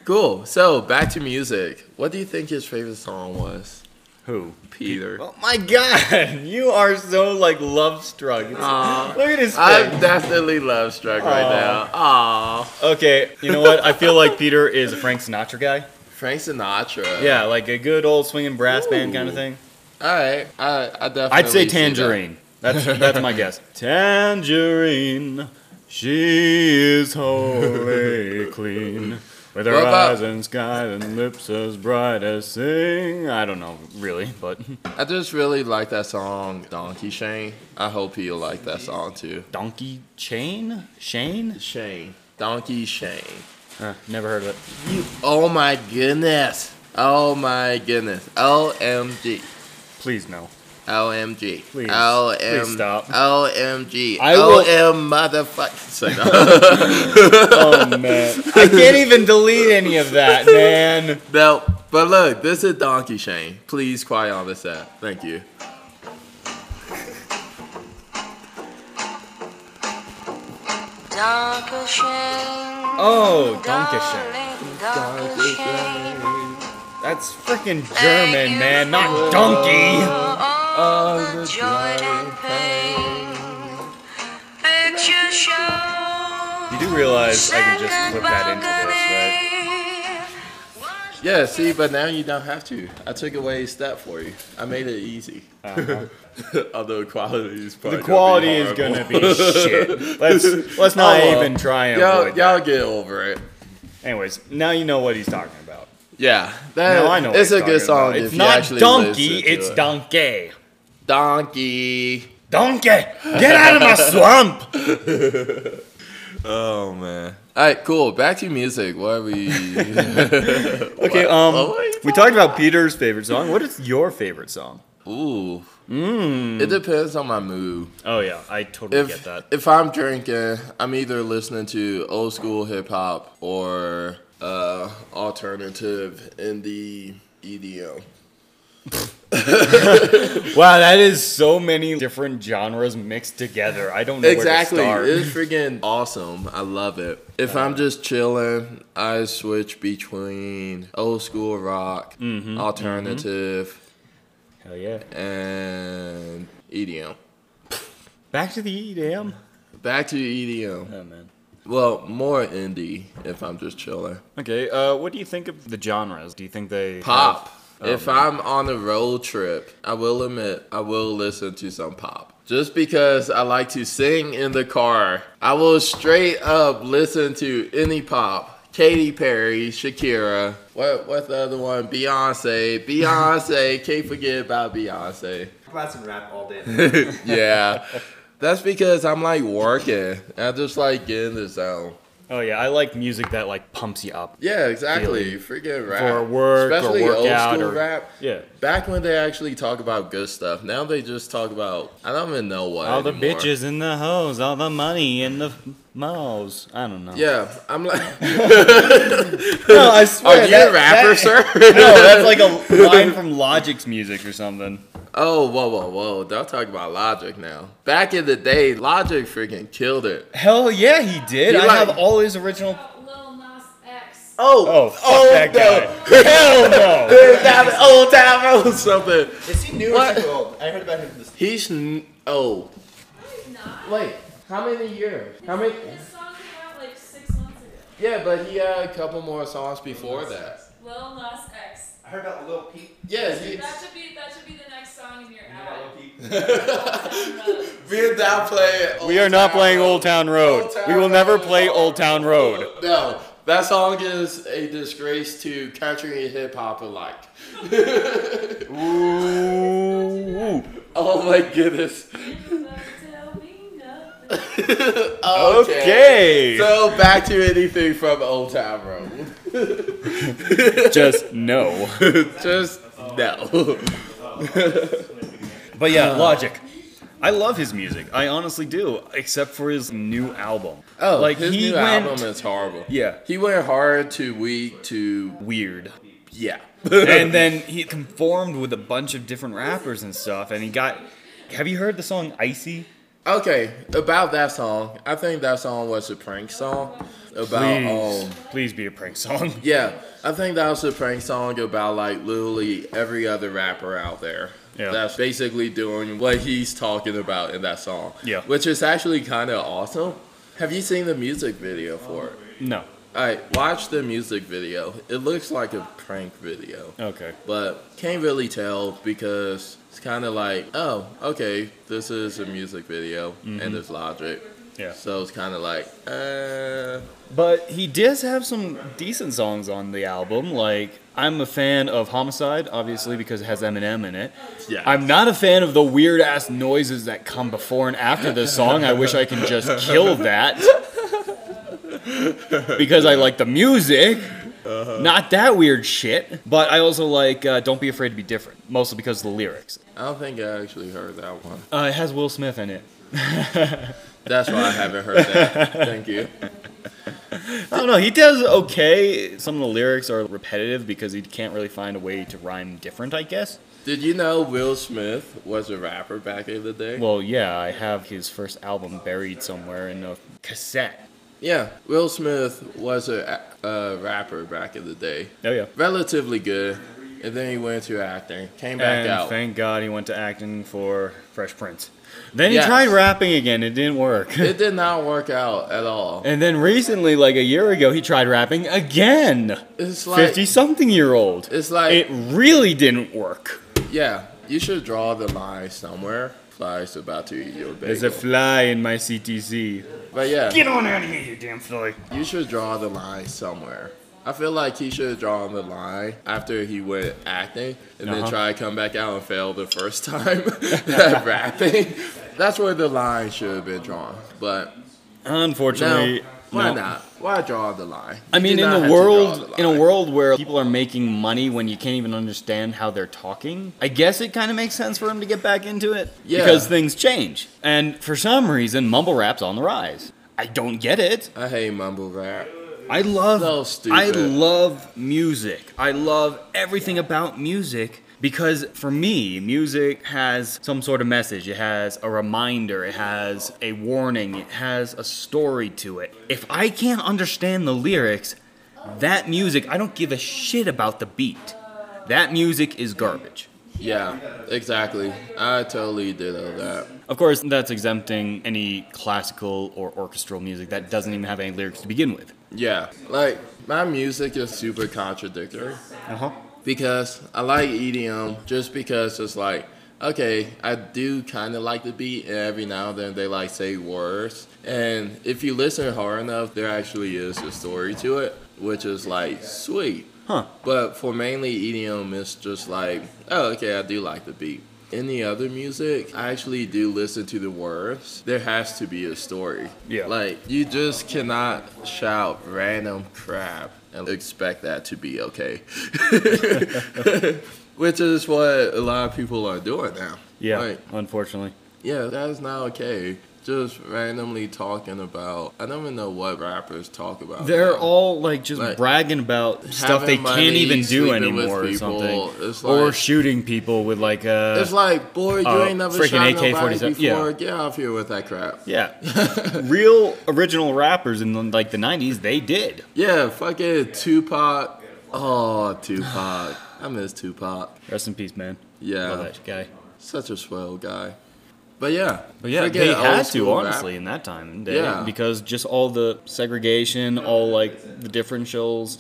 [SPEAKER 2] Cool. So back to music. What do you think his favorite song was?
[SPEAKER 3] Who?
[SPEAKER 2] Peter.
[SPEAKER 3] Oh my god, you are so like love struck. Look
[SPEAKER 2] Aw.
[SPEAKER 3] at his face.
[SPEAKER 2] I'm definitely love struck right now. Aw.
[SPEAKER 3] Okay, you know what? I feel like Peter is a Frank Sinatra guy.
[SPEAKER 2] Frank Sinatra.
[SPEAKER 3] Yeah, like a good old swinging brass band kind of thing.
[SPEAKER 2] All right. I, I definitely.
[SPEAKER 3] I'd say
[SPEAKER 2] see that.
[SPEAKER 3] Tangerine. That's that's my guess. Tangerine, she is wholly clean. With her
[SPEAKER 2] What about-
[SPEAKER 3] eyes and sky and lips as bright as sing. I don't know really, but
[SPEAKER 2] I just really like that song, Donkey Shane. I hope you like that song too.
[SPEAKER 3] Donkey Chain? Shane?
[SPEAKER 2] Shane. Donkey Shane.
[SPEAKER 3] Uh, never heard of it.
[SPEAKER 2] You. Oh my goodness. Oh my goodness. OMG.
[SPEAKER 3] Please no.
[SPEAKER 2] OMG.
[SPEAKER 3] Please.
[SPEAKER 2] OM,
[SPEAKER 3] Please stop.
[SPEAKER 2] OMG.
[SPEAKER 3] I will-
[SPEAKER 2] OM motherfucker. Say no.
[SPEAKER 3] Oh man. I can't even delete any of that, man.
[SPEAKER 2] No, but look, this is Donkey Shane. Please quiet on this app. Thank you.
[SPEAKER 6] Darker shame,
[SPEAKER 3] Oh, Donkey Shane.
[SPEAKER 6] darker shame.
[SPEAKER 3] That's freaking German, man, not donkey.
[SPEAKER 8] all the joy and pain. Picture show.
[SPEAKER 3] You do realize I can just flip that into this, right?
[SPEAKER 2] Yeah, see, but now you don't have to. I took away a step for you. I made it easy. Although the quality is probably
[SPEAKER 3] Uh-huh. The quality is
[SPEAKER 2] gonna
[SPEAKER 3] gonna be shit. Let's let's not
[SPEAKER 2] Oh, well.
[SPEAKER 3] even try and
[SPEAKER 2] be horrible.
[SPEAKER 3] avoid
[SPEAKER 2] y'all, y'all
[SPEAKER 3] that.
[SPEAKER 2] get over it.
[SPEAKER 3] Anyways, now you know what he's talking about.
[SPEAKER 2] Yeah, that
[SPEAKER 3] now I know. what
[SPEAKER 2] Uh, it's
[SPEAKER 3] he's
[SPEAKER 2] a
[SPEAKER 3] talking
[SPEAKER 2] good song.
[SPEAKER 3] About.
[SPEAKER 2] if
[SPEAKER 3] It's
[SPEAKER 2] you
[SPEAKER 3] not
[SPEAKER 2] actually
[SPEAKER 3] donkey.
[SPEAKER 2] listen to
[SPEAKER 3] It's
[SPEAKER 2] it.
[SPEAKER 3] donkey.
[SPEAKER 2] donkey.
[SPEAKER 3] Donkey, get out of my swamp.
[SPEAKER 2] Oh man. All right, cool. Back to music. What are we?
[SPEAKER 3] Okay, um, we talked about Peter's favorite song. What is your favorite song?
[SPEAKER 2] Ooh. It depends on my mood.
[SPEAKER 3] Oh yeah, I totally
[SPEAKER 2] If
[SPEAKER 3] get that.
[SPEAKER 2] if I'm drinking, I'm either listening to old school hip hop or uh, alternative E indie EDM.
[SPEAKER 3] Wow, that is so many different genres mixed together. I don't know
[SPEAKER 2] Exactly.
[SPEAKER 3] where to
[SPEAKER 2] It's freaking awesome. I love it. If I'm just chilling, I switch between old school rock, alternative,
[SPEAKER 3] start. Hell yeah.
[SPEAKER 2] and E EDM.
[SPEAKER 3] Back to the E, EDM.
[SPEAKER 2] Back to EDM.
[SPEAKER 3] Oh man.
[SPEAKER 2] Well, more indie if I'm just chilling.
[SPEAKER 3] Okay, uh, what do you think of the genres? Do you think they
[SPEAKER 2] Pop.
[SPEAKER 3] have-
[SPEAKER 2] if I'm on a road trip, I will admit I will listen to some pop. Just because I like to sing in the car, I will straight up listen to any pop. Katy Perry, Shakira, what what's the other one? Beyonce, Beyonce, can't forget about Beyonce.
[SPEAKER 9] about some rap all day.
[SPEAKER 2] yeah. That's because I'm like working. I just like get in the zone.
[SPEAKER 3] Oh yeah, I like music that like pumps you up.
[SPEAKER 2] Yeah, exactly. Freaking rap.
[SPEAKER 3] For work or
[SPEAKER 2] Especially
[SPEAKER 3] workout
[SPEAKER 2] old school
[SPEAKER 3] or-
[SPEAKER 2] rap.
[SPEAKER 3] Yeah.
[SPEAKER 2] Back when they actually talk about good stuff. Now they just talk about I don't even know what.
[SPEAKER 3] All the
[SPEAKER 2] anymore.
[SPEAKER 3] bitches in the hoes, all the money in the mouths. I don't know.
[SPEAKER 2] Yeah, I'm like,
[SPEAKER 3] No, I
[SPEAKER 2] are
[SPEAKER 3] swear.
[SPEAKER 2] you
[SPEAKER 3] that-
[SPEAKER 2] a rapper,
[SPEAKER 3] that-
[SPEAKER 2] sir?
[SPEAKER 3] No, that's like a line from Logic's music or something.
[SPEAKER 2] oh, whoa, whoa, whoa! Don't talk about Logic now. Back in the day, Logic freaking killed it.
[SPEAKER 3] Hell yeah, he did.
[SPEAKER 2] You
[SPEAKER 3] I
[SPEAKER 2] like-
[SPEAKER 3] have all his original.
[SPEAKER 4] Lil Nas X.
[SPEAKER 3] Oh, fuck that guy. Hell no.
[SPEAKER 2] guy. old time, old something.
[SPEAKER 9] Is he new
[SPEAKER 2] What?
[SPEAKER 9] or is he old? I heard about him this.
[SPEAKER 2] He's n- oh
[SPEAKER 4] He's not.
[SPEAKER 2] wait, how many years? How many?
[SPEAKER 4] His song came out like six months ago.
[SPEAKER 2] Yeah, but he had a couple more songs before that.
[SPEAKER 4] Lil Nas X.
[SPEAKER 9] I heard about Lil Peep.
[SPEAKER 2] Yeah, he,
[SPEAKER 4] That should be that should be the next song in your
[SPEAKER 9] Lil
[SPEAKER 4] ad.
[SPEAKER 9] Peep.
[SPEAKER 2] we're not playing.
[SPEAKER 3] We are not playing Old Town Road.
[SPEAKER 2] Old Town
[SPEAKER 3] We will never
[SPEAKER 2] Road.
[SPEAKER 3] play Old Town Road.
[SPEAKER 2] No, that song is a disgrace to country and hip hop alike.
[SPEAKER 3] Ooh.
[SPEAKER 2] Oh my goodness.
[SPEAKER 4] Don't tell me nothing.
[SPEAKER 3] Okay.
[SPEAKER 2] So back to anything from Old Town Road.
[SPEAKER 3] Just no.
[SPEAKER 2] Just no.
[SPEAKER 3] But
[SPEAKER 2] Uh.
[SPEAKER 3] yeah, Logic. I love his music. I honestly do, except for his new album.
[SPEAKER 2] Oh,
[SPEAKER 3] like
[SPEAKER 2] his
[SPEAKER 3] he
[SPEAKER 2] new
[SPEAKER 3] went
[SPEAKER 2] album is horrible.
[SPEAKER 3] Yeah.
[SPEAKER 2] he went hard to weak to
[SPEAKER 3] weird.
[SPEAKER 2] yeah.
[SPEAKER 3] and then he conformed with a bunch of different rappers and stuff, and he got. Have you heard the song Icy?
[SPEAKER 2] Okay, about that song, I think that song was a prank song about um,
[SPEAKER 3] please be a prank song.
[SPEAKER 2] Yeah, I think that was a prank song about like literally every other rapper out there.
[SPEAKER 3] Yeah.
[SPEAKER 2] That's basically doing what he's talking about in that song.
[SPEAKER 3] Yeah.
[SPEAKER 2] Which is actually kind of awesome. Have you seen the music video for it?
[SPEAKER 3] No.
[SPEAKER 2] All right, watch the music video. It looks like a prank video,
[SPEAKER 3] Okay.
[SPEAKER 2] but can't really tell because it's kind of like, oh, okay, this is a music video
[SPEAKER 3] Mm-hmm.
[SPEAKER 2] and there's logic.
[SPEAKER 3] Yeah.
[SPEAKER 2] So it's kind of like, uh,
[SPEAKER 3] But he does have some decent songs on the album. Like I'm a fan of Homicide, obviously because it has Eminem in it.
[SPEAKER 2] yeah.
[SPEAKER 3] I'm not a fan of the weird ass noises that come before and after the song. I wish I can just kill that. Because I like the music. Not that weird shit. But I also like uh, Don't Be Afraid to Be Different, mostly because of the lyrics.
[SPEAKER 2] I don't think I actually heard that one.
[SPEAKER 3] Uh, it has Will Smith in it.
[SPEAKER 2] That's why I haven't heard that. Thank you.
[SPEAKER 3] I don't know. He does okay. Some of the lyrics are repetitive because he can't really find a way to rhyme different, I guess.
[SPEAKER 2] Did you know Will Smith was a rapper back in the day?
[SPEAKER 3] Well, yeah, I have his first album buried somewhere in a cassette.
[SPEAKER 2] yeah, Will Smith was a, a rapper back in the day.
[SPEAKER 3] Oh, yeah.
[SPEAKER 2] Relatively good. and then he went to acting. Came back
[SPEAKER 3] and
[SPEAKER 2] out.
[SPEAKER 3] thank God he went to acting for Fresh Prince. Then he
[SPEAKER 2] Yes.
[SPEAKER 3] tried rapping again. It didn't work.
[SPEAKER 2] it did not work out at all.
[SPEAKER 3] and then recently, like a year ago, he tried rapping again.
[SPEAKER 2] It's like
[SPEAKER 3] Fifty something year old.
[SPEAKER 2] it's like
[SPEAKER 3] it really didn't work.
[SPEAKER 2] yeah. You should draw the line somewhere. Flies about to eat your
[SPEAKER 3] There's a
[SPEAKER 2] bagel.
[SPEAKER 3] fly in my CTC.
[SPEAKER 2] but yeah,
[SPEAKER 3] Get on out of here, you damn fly.
[SPEAKER 2] you should draw the line somewhere. I feel like he should have drawn the line after he went acting and then
[SPEAKER 3] Uh-huh.
[SPEAKER 2] try to come back out and fail the first time at rapping. That's where the line should have been drawn. But now,
[SPEAKER 3] Unfortunately,
[SPEAKER 2] why
[SPEAKER 3] no.
[SPEAKER 2] not? Why draw the line?
[SPEAKER 3] I
[SPEAKER 2] You
[SPEAKER 3] mean,
[SPEAKER 2] do
[SPEAKER 3] in
[SPEAKER 2] not
[SPEAKER 3] a
[SPEAKER 2] have to draw the
[SPEAKER 3] world, in a
[SPEAKER 2] line.
[SPEAKER 3] world where people are making money when you can't even understand how they're talking, I guess it kind of makes sense for him to get back into it
[SPEAKER 2] Yeah.
[SPEAKER 3] because things change. And for some reason, mumble rap's on the rise. I don't get it.
[SPEAKER 2] I hate mumble rap.
[SPEAKER 3] I love,
[SPEAKER 2] So stupid.
[SPEAKER 3] I love music. I love everything about music because for me, music has some sort of message. It has a reminder. It has a warning. It has a story to it. If I can't understand the lyrics, that music, I don't give a shit about the beat. That music is garbage.
[SPEAKER 2] Yeah, exactly. I totally did all that.
[SPEAKER 3] Of course, that's exempting any classical or orchestral music that doesn't even have any lyrics to begin with.
[SPEAKER 2] Yeah, like my music is super contradictory
[SPEAKER 3] Uh huh.
[SPEAKER 2] because I like EDM just because it's like okay, I do kind of like the beat, and every now and then they like say words, and if you listen hard enough, there actually is a story to it, which is like sweet.
[SPEAKER 3] Huh.
[SPEAKER 2] But for mainly EDM, it's just like, oh, okay, I do like the beat. Any other music, I actually do listen to the words. There has to be a story.
[SPEAKER 3] Yeah.
[SPEAKER 2] Like, you just cannot shout random crap and expect that to be okay. Which is what a lot of people are doing now.
[SPEAKER 3] Yeah,
[SPEAKER 2] Like,
[SPEAKER 3] unfortunately.
[SPEAKER 2] yeah, that's not okay. Just randomly talking about, I don't even know what rappers talk about.
[SPEAKER 3] They're
[SPEAKER 2] now.
[SPEAKER 3] all like just
[SPEAKER 2] Like,
[SPEAKER 3] bragging about stuff they
[SPEAKER 2] money,
[SPEAKER 3] can't even do
[SPEAKER 2] sleeping with
[SPEAKER 3] anymore or
[SPEAKER 2] people,
[SPEAKER 3] something,
[SPEAKER 2] it's
[SPEAKER 3] or
[SPEAKER 2] like-
[SPEAKER 3] shooting people with like uh, a
[SPEAKER 2] It's like, boy, you
[SPEAKER 3] Uh,
[SPEAKER 2] ain't never
[SPEAKER 3] freaking
[SPEAKER 2] shot nobody
[SPEAKER 3] AK-47, yeah.
[SPEAKER 2] before. Get off here with that crap.
[SPEAKER 3] yeah, real original rappers in like the '90s. They did.
[SPEAKER 2] Yeah, fucking Tupac. Oh, Tupac. I miss Tupac.
[SPEAKER 3] Rest in peace, man. Love
[SPEAKER 2] Yeah,
[SPEAKER 3] that guy.
[SPEAKER 2] such a swell guy. But yeah,
[SPEAKER 3] But yeah,
[SPEAKER 2] forget
[SPEAKER 3] they had
[SPEAKER 2] old
[SPEAKER 3] to
[SPEAKER 2] school rap.
[SPEAKER 3] honestly in that time and day
[SPEAKER 2] Yeah.
[SPEAKER 3] because just all the segregation, all like the differentials,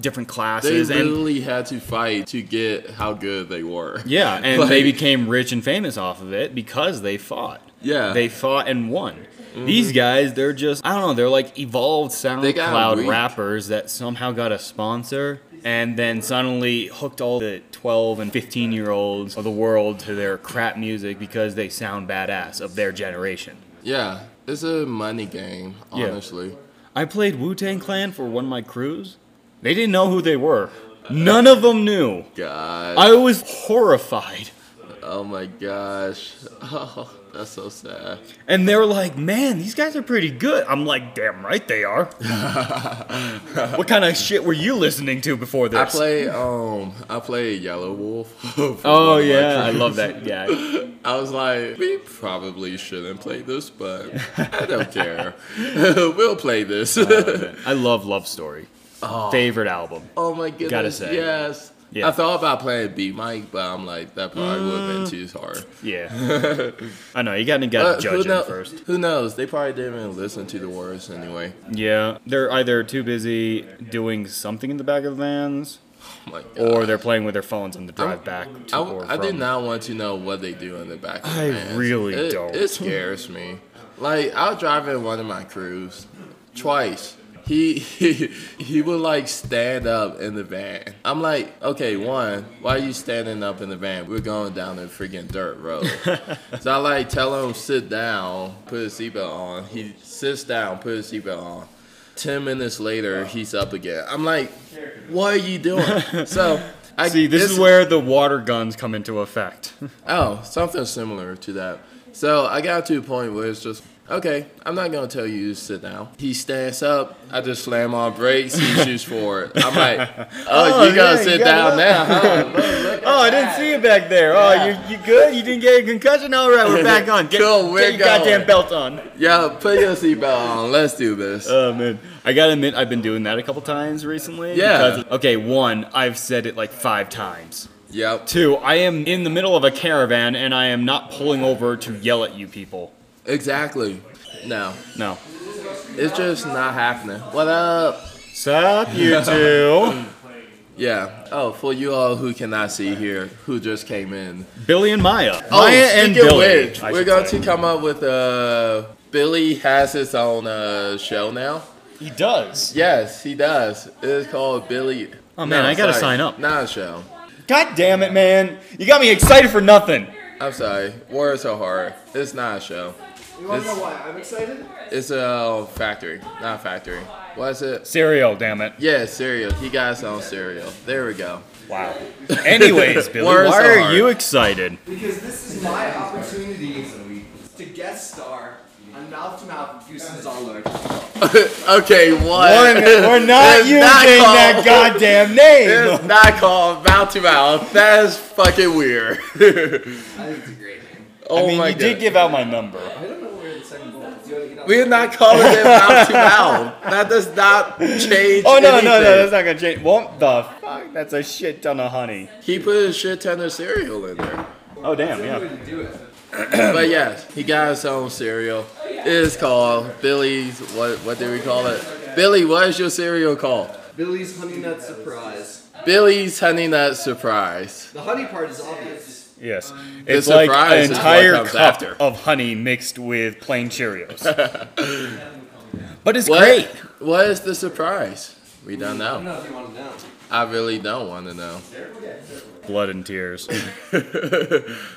[SPEAKER 3] different
[SPEAKER 2] Mm-hmm. They
[SPEAKER 3] classes, and
[SPEAKER 2] literally had to fight to get how good they were.
[SPEAKER 3] yeah, and
[SPEAKER 2] Like-
[SPEAKER 3] they became rich and famous off of it because they fought.
[SPEAKER 2] Yeah, Mm-hmm.
[SPEAKER 3] They fought and won. These guys, they're just I don't know, they're like evolved
[SPEAKER 2] got
[SPEAKER 3] SoundCloud
[SPEAKER 2] weak.
[SPEAKER 3] rappers that somehow got a sponsor and then suddenly hooked all the 12 and 15 year olds of the world to their crap music because they sound badass of their generation.
[SPEAKER 2] yeah. It's a money game,
[SPEAKER 3] Yeah.
[SPEAKER 2] honestly.
[SPEAKER 3] I played Wu Tang Clan for one of my crews. They didn't know who they were. None of them knew.
[SPEAKER 2] God.
[SPEAKER 3] I was horrified.
[SPEAKER 2] oh my gosh. Oh, that's so sad.
[SPEAKER 3] And they're like, man, these guys are pretty good. I'm like, damn right they are. what kind of shit were you listening to before this?
[SPEAKER 2] I play um I play Yellow Wolf. for
[SPEAKER 3] oh
[SPEAKER 2] one of my
[SPEAKER 3] yeah, I
[SPEAKER 2] crews.
[SPEAKER 3] love that guy.
[SPEAKER 2] I was like, we probably shouldn't play this, but I don't care. we'll play this.
[SPEAKER 3] I love Love Story. Favorite album.
[SPEAKER 2] oh my goodness!
[SPEAKER 3] say.
[SPEAKER 2] yes.
[SPEAKER 3] Yeah.
[SPEAKER 2] I thought about playing B Mike, but I'm like, that probably would have been too hard.
[SPEAKER 3] Yeah. I know you gotta gotta
[SPEAKER 2] But
[SPEAKER 3] judge
[SPEAKER 2] kno-
[SPEAKER 3] it first.
[SPEAKER 2] Who knows? They probably didn't even listen to the words anyway.
[SPEAKER 3] Yeah, they're either too busy doing something in the back of vans,
[SPEAKER 2] Oh my God.
[SPEAKER 3] or they're playing with their phones on the drive back to
[SPEAKER 2] I,
[SPEAKER 3] or
[SPEAKER 2] I do
[SPEAKER 3] from-
[SPEAKER 2] not want to know what they do in the back. of
[SPEAKER 3] I
[SPEAKER 2] the vans.
[SPEAKER 3] really
[SPEAKER 2] It-
[SPEAKER 3] don't.
[SPEAKER 2] It scares me. Like I was driving one of my crews twice. He, he he would like stand up in the van. I'm like, okay, one, why are you standing up in the van? We're going down a freaking dirt road. so I like tell him sit down, put his seatbelt on. He sits down, put his seatbelt on. Ten minutes later, he's up again. I'm like, what are you doing? So I
[SPEAKER 3] See, this
[SPEAKER 2] it's-
[SPEAKER 3] is where the water guns come into effect.
[SPEAKER 2] Oh, something similar to that. So I got to a point where it's just Okay, I'm not gonna tell you to sit down. He stands up. I just slam on brakes. He shoots forward. I'm like, oh, you gotta sit down now. Huh?
[SPEAKER 3] Oh, I didn't see you back there. Oh, you, you good? You didn't get a concussion? All right, we're back on. Get,
[SPEAKER 2] Cool, we're
[SPEAKER 3] get your goddamn
[SPEAKER 2] going.
[SPEAKER 3] belt on.
[SPEAKER 2] Yeah, put your seatbelt on. Let's do this.
[SPEAKER 3] Oh man, I gotta admit, I've been doing that a couple times recently.
[SPEAKER 2] Yeah.
[SPEAKER 3] because- okay, one, I've said it like five times.
[SPEAKER 2] yep.
[SPEAKER 3] Two, I am in the middle of a caravan and I am not pulling over to yell at you people.
[SPEAKER 2] Exactly. No,
[SPEAKER 3] No.
[SPEAKER 2] it's just not happening. What up?
[SPEAKER 3] Sup, you two?
[SPEAKER 2] Yeah. Oh, for you all who cannot see here, who just came in.
[SPEAKER 3] Billy and Maya.
[SPEAKER 2] Oh,
[SPEAKER 3] Maya and
[SPEAKER 2] speaking of
[SPEAKER 3] Billy.
[SPEAKER 2] which,
[SPEAKER 3] I
[SPEAKER 2] we're
[SPEAKER 3] should
[SPEAKER 2] going
[SPEAKER 3] say.
[SPEAKER 2] to come up with a. Billy has his own uh, show now.
[SPEAKER 3] He does.
[SPEAKER 2] Yes, he does. It is called Billy.
[SPEAKER 3] Oh, man, I gotta sign up.
[SPEAKER 2] Not a show.
[SPEAKER 3] God damn it, man! You got me excited for nothing.
[SPEAKER 2] I'm sorry. Words are hard. It's not a show.
[SPEAKER 9] You want to
[SPEAKER 2] This-
[SPEAKER 9] know why I'm excited?
[SPEAKER 2] It's a factory, not factory. What is it?
[SPEAKER 3] Cereal, damn it.
[SPEAKER 2] Yeah, cereal. He got his own cereal. There we go.
[SPEAKER 3] Wow. Anyways, Billy,
[SPEAKER 2] Words
[SPEAKER 3] why
[SPEAKER 2] are
[SPEAKER 3] are
[SPEAKER 2] hard.
[SPEAKER 3] you excited?
[SPEAKER 9] Because this is my opportunity to guest star on Mouth to Mouth Houston's All Alert.
[SPEAKER 2] okay, what?
[SPEAKER 3] We're not
[SPEAKER 2] It's
[SPEAKER 3] using
[SPEAKER 2] called-
[SPEAKER 3] that goddamn name.
[SPEAKER 2] It's not called mouth to mouth. That is fucking weird.
[SPEAKER 9] I think it's a great name.
[SPEAKER 2] oh
[SPEAKER 3] I mean,
[SPEAKER 2] my
[SPEAKER 3] you
[SPEAKER 2] god.
[SPEAKER 3] did give out my number.
[SPEAKER 9] I don't know where the second goal is.
[SPEAKER 2] We're not calling it mouth to mouth. That does not change.
[SPEAKER 3] Oh no, no,
[SPEAKER 2] anything.
[SPEAKER 3] no, that's not gonna change. What the fuck? That's a shit ton of honey.
[SPEAKER 2] He put a shit ton of cereal in there.
[SPEAKER 3] Oh damn, yeah.
[SPEAKER 2] But yes, he got his own cereal. It is called Billy's. What what did we call it? Billy, what is your cereal called?
[SPEAKER 9] Billy's Honey Nut Surprise.
[SPEAKER 2] Billy's Honey Nut Surprise.
[SPEAKER 9] The honey part is obvious.
[SPEAKER 3] Yes. It's
[SPEAKER 2] The
[SPEAKER 3] like
[SPEAKER 2] surprise
[SPEAKER 3] an
[SPEAKER 2] is what
[SPEAKER 3] entire
[SPEAKER 2] comes
[SPEAKER 3] cup
[SPEAKER 2] after.
[SPEAKER 3] of honey mixed with plain Cheerios. but it's
[SPEAKER 2] What?
[SPEAKER 3] great.
[SPEAKER 2] What is the surprise? We don't know.
[SPEAKER 9] if you want to Mm, know.
[SPEAKER 2] I really don't want to know.
[SPEAKER 3] Blood and tears.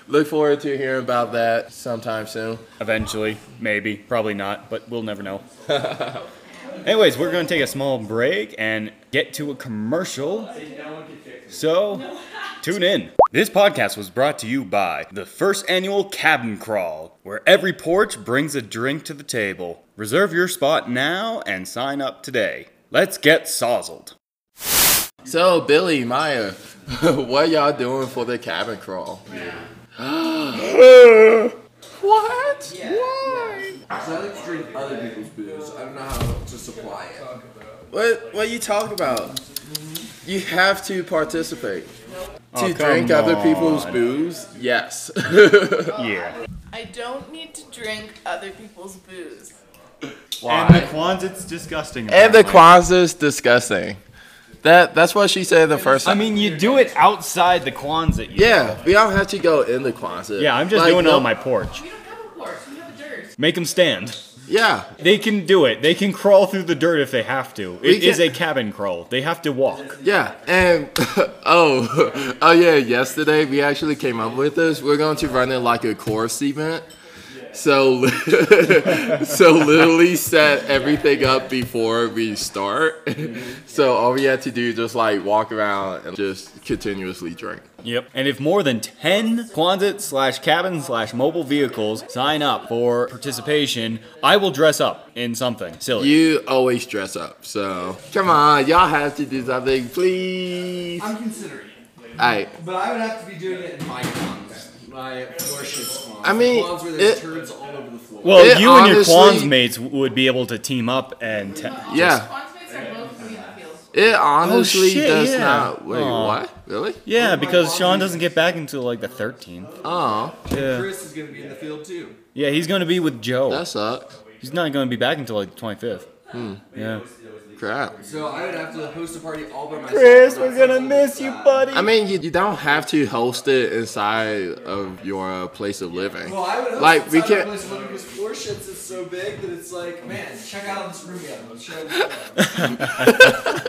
[SPEAKER 2] Look forward to hearing about that sometime soon.
[SPEAKER 3] Eventually, maybe, probably not, but we'll never know. Anyways, we're gonna take a small break and get to a commercial. So, tune in. This podcast was brought to you by the first annual Cabin Crawl, where every porch brings a drink to the table. Reserve your spot now and sign up today. Let's get sozzled.
[SPEAKER 2] So Billy, Maya, what y'all doing for the cabin crawl? what? Why?
[SPEAKER 9] I like to drink other people's booze. I don't know how to supply it.
[SPEAKER 2] What what you talking about? You have to participate.
[SPEAKER 3] Oh,
[SPEAKER 2] to drink
[SPEAKER 3] come
[SPEAKER 2] other people's
[SPEAKER 3] on.
[SPEAKER 2] booze? Yes.
[SPEAKER 3] Yeah.
[SPEAKER 8] I don't need to drink other people's booze.
[SPEAKER 3] And the Quonset's disgusting.
[SPEAKER 2] And the Kwanzaa's disgusting. That that's what she said the first
[SPEAKER 3] I
[SPEAKER 2] time.
[SPEAKER 3] mean, you do it outside the Quonset. You
[SPEAKER 2] yeah, we don't have to go in the Kwanzaa.
[SPEAKER 3] Yeah, I'm just
[SPEAKER 2] Like,
[SPEAKER 3] doing it
[SPEAKER 2] no-
[SPEAKER 3] on my porch.
[SPEAKER 4] We don't have a porch. We have a dirt.
[SPEAKER 3] Make them stand.
[SPEAKER 2] Yeah,
[SPEAKER 3] They can do it. They can crawl through the dirt if they have to.
[SPEAKER 2] We
[SPEAKER 3] It is a
[SPEAKER 2] can-
[SPEAKER 3] cabin crawl. They have to walk.
[SPEAKER 2] yeah, and oh, oh yeah. Yesterday we actually came up with this. We're going to run it like a course event. So, so literally set everything up before we start. so all we had to do is just like walk around and just continuously drink.
[SPEAKER 3] Yep. And if more than 10 Quonset slash cabin slash mobile vehicles sign up for participation, I will dress up in something silly.
[SPEAKER 2] You always dress up, so come on, y'all have to do something, please.
[SPEAKER 9] I'm considering it.
[SPEAKER 2] Alright,
[SPEAKER 9] But I would have to be doing it in my cons. My worship cons.
[SPEAKER 2] I mean,
[SPEAKER 9] The cons where there's
[SPEAKER 2] it-
[SPEAKER 9] turds all over the floor.
[SPEAKER 3] well,
[SPEAKER 2] It
[SPEAKER 3] you and your
[SPEAKER 2] honestly-
[SPEAKER 3] Quans mates would be able to team up and. Te-
[SPEAKER 2] yeah,
[SPEAKER 4] Quantities are both green fields.
[SPEAKER 2] it honestly
[SPEAKER 3] Oh, shit,
[SPEAKER 2] does
[SPEAKER 3] yeah.
[SPEAKER 2] not. Wait,
[SPEAKER 3] Aw.
[SPEAKER 2] what? Really?
[SPEAKER 3] yeah, because Sean doesn't get back until like the 13th.
[SPEAKER 2] Oh,
[SPEAKER 3] Yeah.
[SPEAKER 9] Chris is going to be in the field too.
[SPEAKER 3] Yeah, he's going to be with Joe.
[SPEAKER 2] that sucks.
[SPEAKER 3] He's not going to be back until like the 25th.
[SPEAKER 2] Hmm.
[SPEAKER 3] Yeah.
[SPEAKER 2] Crap.
[SPEAKER 9] So I would have to host a party all by myself.
[SPEAKER 3] Chris,
[SPEAKER 9] That's
[SPEAKER 3] we're going to
[SPEAKER 9] something
[SPEAKER 3] miss you,
[SPEAKER 9] sad.
[SPEAKER 3] buddy.
[SPEAKER 2] I mean, you, you don't have to host it inside of your uh, place of living.
[SPEAKER 9] Well, I would host
[SPEAKER 2] Like, we
[SPEAKER 9] inside my
[SPEAKER 2] can't-
[SPEAKER 9] place alone because floor shits is so big that it's like, man, check out this room we have. Let's check it out.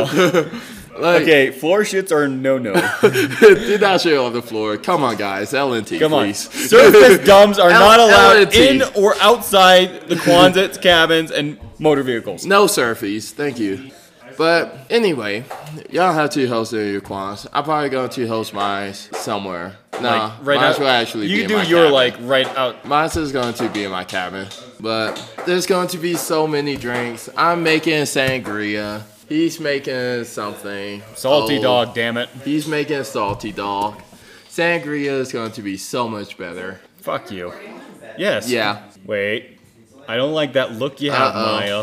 [SPEAKER 2] Like,
[SPEAKER 3] Okay, floor shits are no no.
[SPEAKER 2] do not shit on the floor. Come on, guys. LNT,
[SPEAKER 3] Come on.
[SPEAKER 2] please.
[SPEAKER 3] Surface dumps are
[SPEAKER 2] L-
[SPEAKER 3] not allowed
[SPEAKER 2] LNT.
[SPEAKER 3] in or outside the Quonset's cabins and motor vehicles.
[SPEAKER 2] No surfies. Thank you. But anyway, y'all have two hosts in your quans. I'm probably going to host mine somewhere. No,
[SPEAKER 3] Like, right
[SPEAKER 2] mine's
[SPEAKER 3] now,
[SPEAKER 2] will actually
[SPEAKER 3] you
[SPEAKER 2] be
[SPEAKER 3] can
[SPEAKER 2] in
[SPEAKER 3] do
[SPEAKER 2] my
[SPEAKER 3] your
[SPEAKER 2] cabin.
[SPEAKER 3] like right out.
[SPEAKER 2] Mine's is going to be in my cabin, but there's going to be so many drinks. I'm making sangria. He's making something.
[SPEAKER 3] Salty
[SPEAKER 2] Oh,
[SPEAKER 3] dog, damn it.
[SPEAKER 2] He's making salty dog. Sangria is going to be so much better.
[SPEAKER 3] Fuck you. Yes.
[SPEAKER 2] Yeah.
[SPEAKER 3] Wait. I don't like that look you have,
[SPEAKER 2] Uh-oh.
[SPEAKER 3] Maya.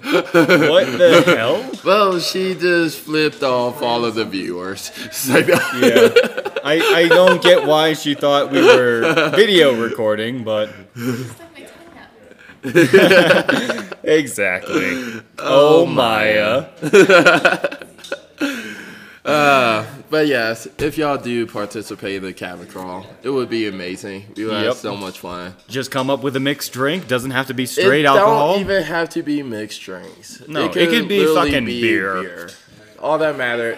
[SPEAKER 3] what the hell?
[SPEAKER 2] Well, she just flipped off all of the viewers. It's like-
[SPEAKER 3] Yeah. I, I don't get why she thought we were video recording, but
[SPEAKER 8] Stuck my tongue out.
[SPEAKER 3] exactly. Oh, Maya.
[SPEAKER 2] But yes, if y'all do participate in the cabin crawl, it would be amazing. We would
[SPEAKER 3] Yep.
[SPEAKER 2] have so much fun.
[SPEAKER 3] Just come up with a mixed drink. Doesn't have to be
[SPEAKER 2] It
[SPEAKER 3] straight alcohol.
[SPEAKER 2] don't even have to be mixed drinks.
[SPEAKER 3] No, it could be fucking beer.
[SPEAKER 2] All that matter.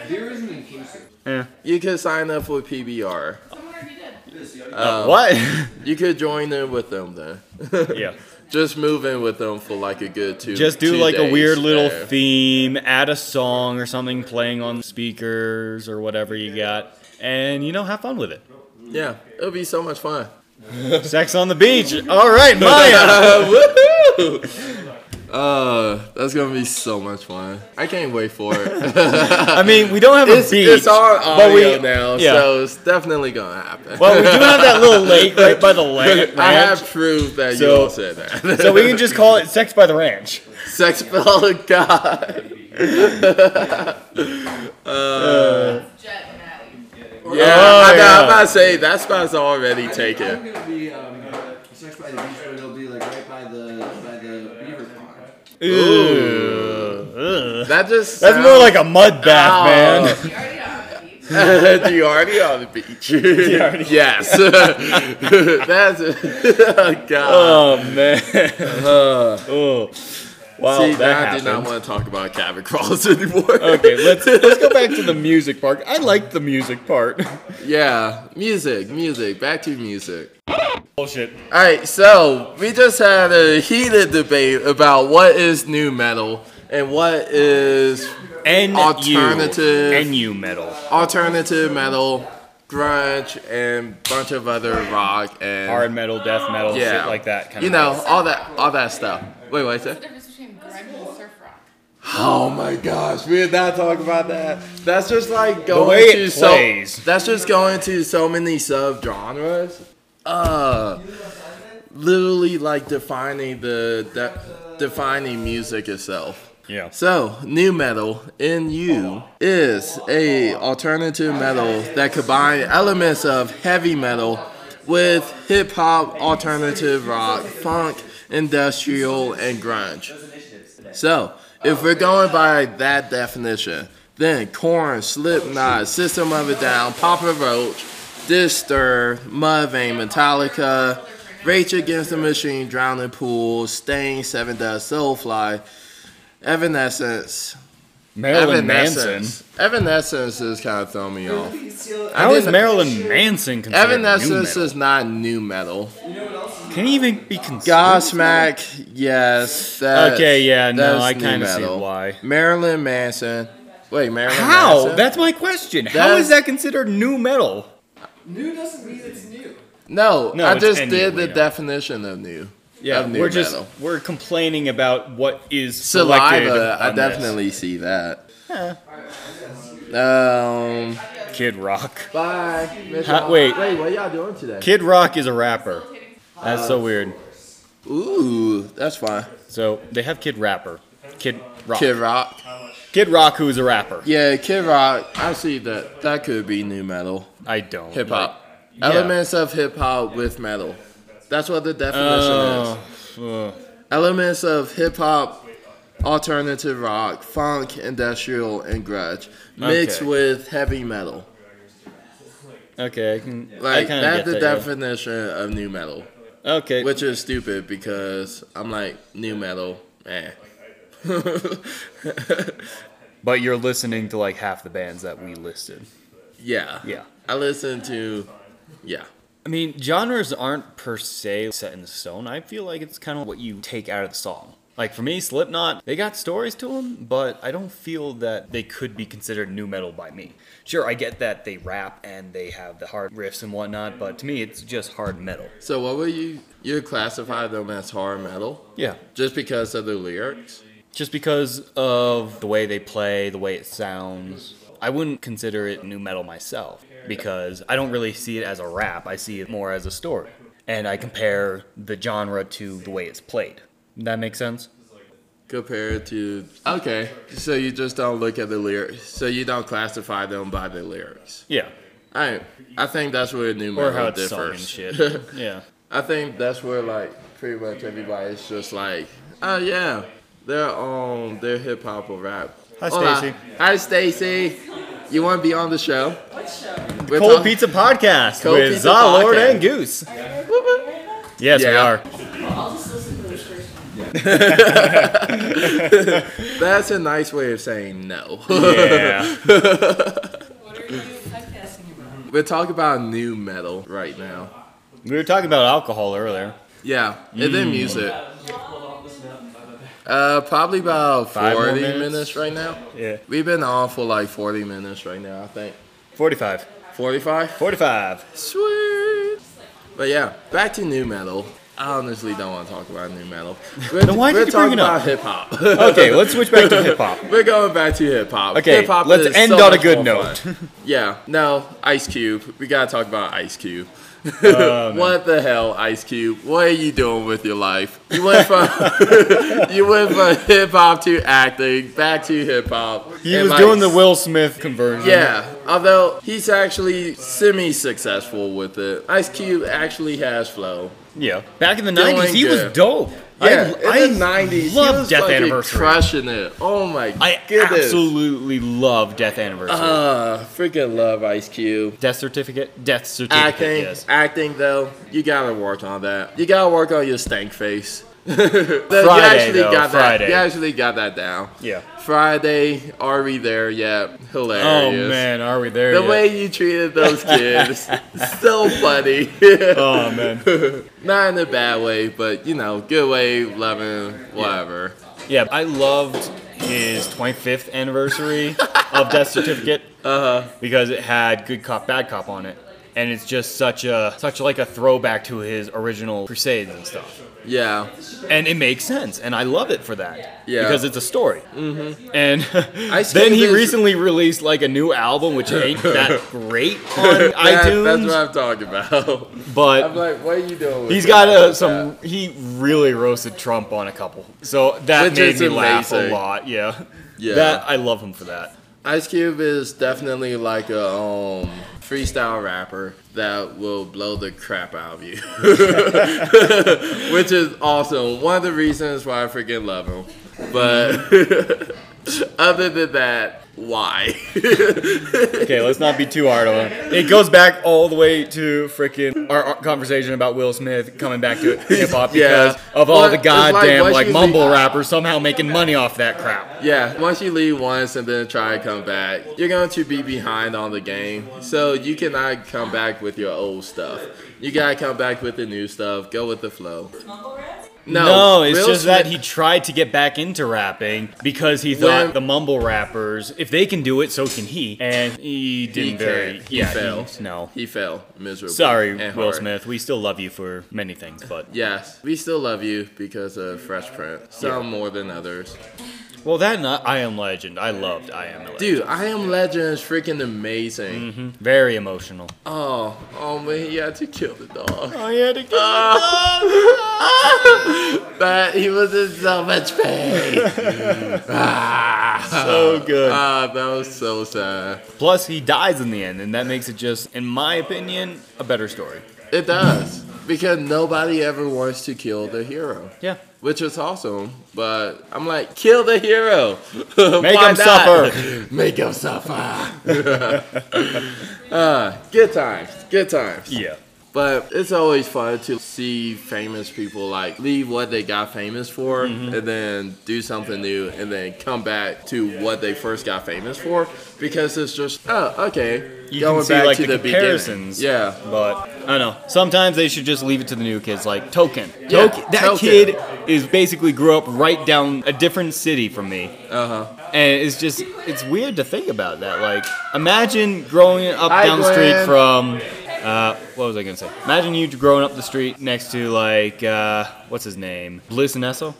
[SPEAKER 3] Eh.
[SPEAKER 2] You could sign up for PBR.
[SPEAKER 8] Someone already did.
[SPEAKER 2] Um,
[SPEAKER 3] what?
[SPEAKER 2] You could join in with them then.
[SPEAKER 3] yeah.
[SPEAKER 2] Just move in with them for like a good two.
[SPEAKER 3] Just do
[SPEAKER 2] two
[SPEAKER 3] like a
[SPEAKER 2] days
[SPEAKER 3] weird little
[SPEAKER 2] there.
[SPEAKER 3] theme, add a song or something playing on speakers or whatever you got, and you know, have fun with it.
[SPEAKER 2] yeah, it'll be so much fun.
[SPEAKER 3] Sex on the beach. All right, Maya.
[SPEAKER 2] Uh, that's gonna be so much fun. I can't wait for it.
[SPEAKER 3] I mean, we don't have
[SPEAKER 2] it's,
[SPEAKER 3] a beach.
[SPEAKER 2] it's on
[SPEAKER 3] but we-
[SPEAKER 2] audio now,
[SPEAKER 3] yeah.
[SPEAKER 2] so it's definitely gonna happen.
[SPEAKER 3] well, we do have that little lake right by the lake.
[SPEAKER 2] I have
[SPEAKER 3] ranch.
[SPEAKER 2] proof that
[SPEAKER 3] So-
[SPEAKER 2] you all said that.
[SPEAKER 3] So we can just call it Sex by the Ranch.
[SPEAKER 2] Sex fellow God.
[SPEAKER 8] Jet Maddie.
[SPEAKER 3] Oh,
[SPEAKER 2] Yeah, I, am not saying that spot's already
[SPEAKER 9] I'm
[SPEAKER 2] taken.
[SPEAKER 9] gonna be um, sex by the beach, but it'll be like right by the by the beaver pond.
[SPEAKER 3] Ooh. Ugh.
[SPEAKER 2] That just
[SPEAKER 3] That's more like a mud bath,
[SPEAKER 2] Ow.
[SPEAKER 3] man.
[SPEAKER 8] You already are on the beach.
[SPEAKER 2] Do you already on the beach? yes. That's oh God.
[SPEAKER 3] Oh man. oh. Wow,
[SPEAKER 2] Uh-huh. See,
[SPEAKER 3] that,
[SPEAKER 2] now I
[SPEAKER 3] happened.
[SPEAKER 2] did not want to talk about cabin crawls anymore.
[SPEAKER 3] Okay, let's let's go back to the music part. I like the music part.
[SPEAKER 2] Yeah, music, music. Back to music.
[SPEAKER 3] Bullshit.
[SPEAKER 2] All right, so we just had a heated debate about what is new metal and what is
[SPEAKER 3] And
[SPEAKER 2] Alternative.
[SPEAKER 3] and you metal.
[SPEAKER 2] alternative metal, grunge, and bunch of other rock and
[SPEAKER 3] Hard metal, death metal,
[SPEAKER 2] yeah,
[SPEAKER 3] shit like that kind
[SPEAKER 2] you
[SPEAKER 3] of
[SPEAKER 2] know, all that, all that stuff. Wait, wait a
[SPEAKER 8] The
[SPEAKER 2] sec.
[SPEAKER 8] difference between grunge and surf rock.
[SPEAKER 2] Oh my gosh, we did not talk about that. That's just like going
[SPEAKER 3] way it
[SPEAKER 2] to
[SPEAKER 3] plays.
[SPEAKER 2] so. That's just going to so many sub genres. Uh, literally like defining the de- defining music itself.
[SPEAKER 3] Yeah.
[SPEAKER 2] So, new metal NU is a alternative metal that combines elements of heavy metal with hip hop, alternative rock, funk, industrial, and grunge. So, if we're going by that definition, then Korn, Slipknot, System of a Down, Papa Roach, Disturbed, Mudvayne, Metallica, Rage Against the Machine, Drowning Pool, Stain, Seven Dust, Soulfly, Evanescence.
[SPEAKER 3] Marilyn Manson.
[SPEAKER 2] Evanescence is kind of throwing me off.
[SPEAKER 3] How is
[SPEAKER 2] didn't-
[SPEAKER 3] Marilyn Manson considered new
[SPEAKER 2] Evanescence
[SPEAKER 3] metal?
[SPEAKER 2] is not new metal.
[SPEAKER 3] Can he even be considered?
[SPEAKER 2] Godsmack, yes. That's,
[SPEAKER 3] Okay, yeah, no,
[SPEAKER 2] that's
[SPEAKER 3] I
[SPEAKER 2] new
[SPEAKER 3] kinda see
[SPEAKER 2] metal.
[SPEAKER 3] why.
[SPEAKER 2] Marilyn Manson. Wait, Marilyn
[SPEAKER 3] How?
[SPEAKER 2] Manson?
[SPEAKER 3] That's my question. How
[SPEAKER 2] That's-
[SPEAKER 3] is that considered new metal?
[SPEAKER 9] New doesn't mean it's new.
[SPEAKER 2] No,
[SPEAKER 3] No,
[SPEAKER 2] I
[SPEAKER 3] it's
[SPEAKER 2] just
[SPEAKER 3] NU,
[SPEAKER 2] did
[SPEAKER 3] we
[SPEAKER 2] the
[SPEAKER 3] know.
[SPEAKER 2] definition of new.
[SPEAKER 3] Yeah,
[SPEAKER 2] of new
[SPEAKER 3] we're just
[SPEAKER 2] metal.
[SPEAKER 3] we're complaining about what is selected
[SPEAKER 2] Saliva, I
[SPEAKER 3] on this.
[SPEAKER 2] definitely see that. Um,
[SPEAKER 3] Kid Rock.
[SPEAKER 2] bye. Miss
[SPEAKER 3] Ha-
[SPEAKER 2] y'all.
[SPEAKER 3] wait.
[SPEAKER 2] Wait, what y'all doing today?
[SPEAKER 3] Kid Rock is a rapper. That's
[SPEAKER 2] Uh,
[SPEAKER 3] so weird.
[SPEAKER 2] Ooh, that's fine.
[SPEAKER 3] So they have Kid Rapper. Kid Rock.
[SPEAKER 2] Kid
[SPEAKER 3] Kid,
[SPEAKER 2] Rock.
[SPEAKER 3] Rock, who is a rapper.
[SPEAKER 2] Yeah, Kid Rock. I see that. That could be new metal,
[SPEAKER 3] I don't.
[SPEAKER 2] hip hop,
[SPEAKER 3] Yeah.
[SPEAKER 2] elements of hip hop with metal. That's what the definition
[SPEAKER 3] Oh,
[SPEAKER 2] is.
[SPEAKER 3] ugh.
[SPEAKER 2] Elements of hip hop, alternative rock, funk, industrial, and grudge mixed
[SPEAKER 3] Okay.
[SPEAKER 2] with heavy metal.
[SPEAKER 3] okay, I can. I
[SPEAKER 2] Like
[SPEAKER 3] kinda
[SPEAKER 2] that's
[SPEAKER 3] get
[SPEAKER 2] the
[SPEAKER 3] that, yeah.
[SPEAKER 2] definition of new metal,
[SPEAKER 3] Okay.
[SPEAKER 2] which is stupid because I'm like new metal, man.
[SPEAKER 3] but you're listening to like half the bands that we listed.
[SPEAKER 2] yeah.
[SPEAKER 3] Yeah.
[SPEAKER 2] I listen to, yeah.
[SPEAKER 3] I mean, genres aren't per se set in stone. I feel like it's kind of what you take out of the song. Like for me, Slipknot, they got stories to them, but I don't feel that they could be considered new metal by me. Sure, I get that they rap and they have the hard riffs and whatnot, but to me, it's just hard metal.
[SPEAKER 2] So what would you you classify them as hard metal?
[SPEAKER 3] Yeah,
[SPEAKER 2] Just because of the lyrics?
[SPEAKER 3] just because of the way they play, the way it sounds. I wouldn't consider it new metal myself because I don't really see it as a rap. I see it more as a story. And I compare the genre to the way it's played. That makes sense?
[SPEAKER 2] Compared to okay, so you just don't look at the lyrics, so you don't classify them by the lyrics.
[SPEAKER 3] Yeah.
[SPEAKER 2] I I think that's where new
[SPEAKER 3] Or
[SPEAKER 2] metal
[SPEAKER 3] how it's sung and
[SPEAKER 2] differs.
[SPEAKER 3] shit. yeah.
[SPEAKER 2] I think that's where like pretty much everybody's just like, oh yeah, they're um they're hip hop or rap.
[SPEAKER 3] Hi,
[SPEAKER 2] Hola.
[SPEAKER 3] Stacy.
[SPEAKER 2] Hi Stacy. You want to be on the show?
[SPEAKER 8] What show?
[SPEAKER 2] We're
[SPEAKER 3] Cold
[SPEAKER 2] talk-
[SPEAKER 3] Pizza Podcast
[SPEAKER 2] Cold
[SPEAKER 3] with
[SPEAKER 2] Pizza
[SPEAKER 3] Za Lord
[SPEAKER 2] Podcast.
[SPEAKER 3] and Goose.
[SPEAKER 8] Right now?
[SPEAKER 3] Yes, we
[SPEAKER 2] Yeah.
[SPEAKER 3] are.
[SPEAKER 8] I'll just listen to this first.
[SPEAKER 2] That's a nice way of saying no.
[SPEAKER 3] Yeah.
[SPEAKER 8] What are you podcasting about?
[SPEAKER 2] We're talking about new metal right now.
[SPEAKER 3] we were talking about alcohol earlier.
[SPEAKER 2] Yeah, and
[SPEAKER 3] Mm.
[SPEAKER 2] then music. Uh, probably about
[SPEAKER 3] Five more
[SPEAKER 2] 40
[SPEAKER 3] minutes?
[SPEAKER 2] minutes right now.
[SPEAKER 3] Yeah.
[SPEAKER 2] We've been on for like 40 minutes right now, I think.
[SPEAKER 3] 45.
[SPEAKER 2] 45?
[SPEAKER 3] 45.
[SPEAKER 2] Sweet. But yeah, back to new metal. I honestly don't want to talk about new metal. We're,
[SPEAKER 3] Then why did
[SPEAKER 2] we're
[SPEAKER 3] you
[SPEAKER 2] talking
[SPEAKER 3] bring it up?
[SPEAKER 2] about hip hop.
[SPEAKER 3] Okay, let's switch back to hip hop.
[SPEAKER 2] We're going back to hip hop.
[SPEAKER 3] Okay,
[SPEAKER 2] hip-hop
[SPEAKER 3] let's
[SPEAKER 2] is
[SPEAKER 3] end
[SPEAKER 2] so
[SPEAKER 3] on a
[SPEAKER 2] much
[SPEAKER 3] good
[SPEAKER 2] more
[SPEAKER 3] note.
[SPEAKER 2] fun. yeah, no, Ice Cube. We gotta talk about Ice Cube.
[SPEAKER 3] Oh,
[SPEAKER 2] what the hell, Ice Cube? What are you doing with your life? You went from you went from hip hop to acting, back to hip hop.
[SPEAKER 3] He was doing the Will Smith conversion.
[SPEAKER 2] Yeah, although he's actually semi-successful with it. Ice Cube actually has flow.
[SPEAKER 3] Yeah. Back in the
[SPEAKER 2] Doing
[SPEAKER 3] 90s, he
[SPEAKER 2] good.
[SPEAKER 3] was dope.
[SPEAKER 2] Yeah,
[SPEAKER 3] I,
[SPEAKER 2] in the
[SPEAKER 3] I
[SPEAKER 2] nineties,
[SPEAKER 3] love
[SPEAKER 2] he was
[SPEAKER 3] Death
[SPEAKER 2] fucking
[SPEAKER 3] Anniversary.
[SPEAKER 2] crushing it. Oh my
[SPEAKER 3] I
[SPEAKER 2] goodness.
[SPEAKER 3] absolutely love Death Anniversary.
[SPEAKER 2] Uh, freaking love Ice Cube.
[SPEAKER 3] death certificate? Death certificate,
[SPEAKER 2] Acting,
[SPEAKER 3] yes.
[SPEAKER 2] acting though, you gotta work on that. You gotta work on your stank face. Friday, you
[SPEAKER 3] Friday,
[SPEAKER 2] actually
[SPEAKER 3] though,
[SPEAKER 2] got that.
[SPEAKER 3] Friday.
[SPEAKER 2] You actually got that down.
[SPEAKER 3] Yeah.
[SPEAKER 2] Friday, are we there yet?
[SPEAKER 3] Oh,
[SPEAKER 2] Hilarious.
[SPEAKER 3] man, are we there
[SPEAKER 2] The
[SPEAKER 3] yet?
[SPEAKER 2] way you treated those kids, so funny.
[SPEAKER 3] Oh, man.
[SPEAKER 2] Not in a bad way, but you know, good way, loving, whatever.
[SPEAKER 3] Yeah, I loved his 25th anniversary of Death Certificate
[SPEAKER 2] Uh-huh.
[SPEAKER 3] because it had Good Cop Bad Cop on it, and it's just such a such like a throwback to his original Crusades and stuff,
[SPEAKER 2] Yeah.
[SPEAKER 3] and it makes sense, and I love it for that
[SPEAKER 2] Yeah.
[SPEAKER 3] because it's a story. Mm-hmm. And
[SPEAKER 2] see
[SPEAKER 3] then he
[SPEAKER 2] this-
[SPEAKER 3] recently released like a new album, which ain't that great on
[SPEAKER 2] That- That's
[SPEAKER 3] iTunes,
[SPEAKER 2] what I'm talking about. I'm
[SPEAKER 3] but.
[SPEAKER 2] like, what are you doing? With
[SPEAKER 3] He's
[SPEAKER 2] that?
[SPEAKER 3] got uh,
[SPEAKER 2] With
[SPEAKER 3] some. He really roasted Trump on a couple, so that
[SPEAKER 2] Which
[SPEAKER 3] made
[SPEAKER 2] is
[SPEAKER 3] me laugh a
[SPEAKER 2] amazing.
[SPEAKER 3] lot. Yeah,
[SPEAKER 2] that. Yeah.
[SPEAKER 3] that I love him for that.
[SPEAKER 2] Ice Cube is definitely like a um, freestyle rapper that will blow the crap out of you, which is awesome. One of the reasons why I freaking love him. But other than that, why?
[SPEAKER 3] Okay, let's not be too hard on him. It goes back all the way to freaking our, our conversation about Will Smith coming back to hip hop
[SPEAKER 2] Yeah.
[SPEAKER 3] because of all
[SPEAKER 2] But
[SPEAKER 3] the
[SPEAKER 2] it's like,
[SPEAKER 3] goddamn
[SPEAKER 2] once
[SPEAKER 3] like,
[SPEAKER 2] you
[SPEAKER 3] mumble
[SPEAKER 2] leave-
[SPEAKER 3] rappers somehow making money off that crap.
[SPEAKER 2] yeah, once you leave once and then try to come back, you're going to be behind on the game. So you cannot come back with your old stuff. You gotta come back with the new stuff. Go with the flow.
[SPEAKER 8] Mumble rap?
[SPEAKER 2] No,
[SPEAKER 3] it's
[SPEAKER 2] Will
[SPEAKER 3] just
[SPEAKER 2] Smith-
[SPEAKER 3] that he tried to get back into rapping because he thought
[SPEAKER 2] When-
[SPEAKER 3] the mumble rappers, if they can do it, so can he. And he didn't very
[SPEAKER 2] can't. He
[SPEAKER 3] yeah
[SPEAKER 2] failed.
[SPEAKER 3] he- no.
[SPEAKER 2] He fell miserably.
[SPEAKER 3] Sorry,
[SPEAKER 2] and
[SPEAKER 3] Will
[SPEAKER 2] hard.
[SPEAKER 3] Smith. We still love you for many things, but
[SPEAKER 2] Yes, we still love you because of Fresh Print. Some more than others.
[SPEAKER 3] well, that and I, I am Legend. I loved I am Legend.
[SPEAKER 2] Dude, I Am Legend is freaking amazing.
[SPEAKER 3] Mm-hmm. Very emotional.
[SPEAKER 2] Oh, oh man, he had to kill the dog.
[SPEAKER 3] Oh yeah, Ah.
[SPEAKER 2] But he was in so much pain.
[SPEAKER 3] so good.
[SPEAKER 2] Ah, that was so sad.
[SPEAKER 3] Plus, he dies in the end, and that makes it just, in my opinion, a better story.
[SPEAKER 2] It does. Because nobody ever wants to kill the hero.
[SPEAKER 3] Yeah.
[SPEAKER 2] Which is awesome, but I'm like, kill the hero.
[SPEAKER 3] Make
[SPEAKER 2] Why
[SPEAKER 3] him
[SPEAKER 2] not?
[SPEAKER 3] suffer.
[SPEAKER 2] Make him suffer. uh, good times. Good times.
[SPEAKER 3] Yeah.
[SPEAKER 2] But it's always fun to see famous people like leave what they got famous for
[SPEAKER 3] Mm-hmm.
[SPEAKER 2] and then do something new and then come back to what they first got famous for because it's just oh okay
[SPEAKER 3] You can see, like, the comparisons.
[SPEAKER 2] beginning. Yeah.
[SPEAKER 3] But I don't know. Sometimes they should just leave it to the new kids, like Token.
[SPEAKER 2] Yeah,
[SPEAKER 3] Token that
[SPEAKER 2] Token.
[SPEAKER 3] kid is basically grew up right down a different city from me,
[SPEAKER 2] Uh huh.
[SPEAKER 3] and it's just it's weird to think about that. Like, imagine growing up
[SPEAKER 2] Hi,
[SPEAKER 3] down the street
[SPEAKER 2] Glenn.
[SPEAKER 3] from. Uh, what was I gonna say? Imagine you growing up the street next to like uh, what's his name, Bliss and Esso.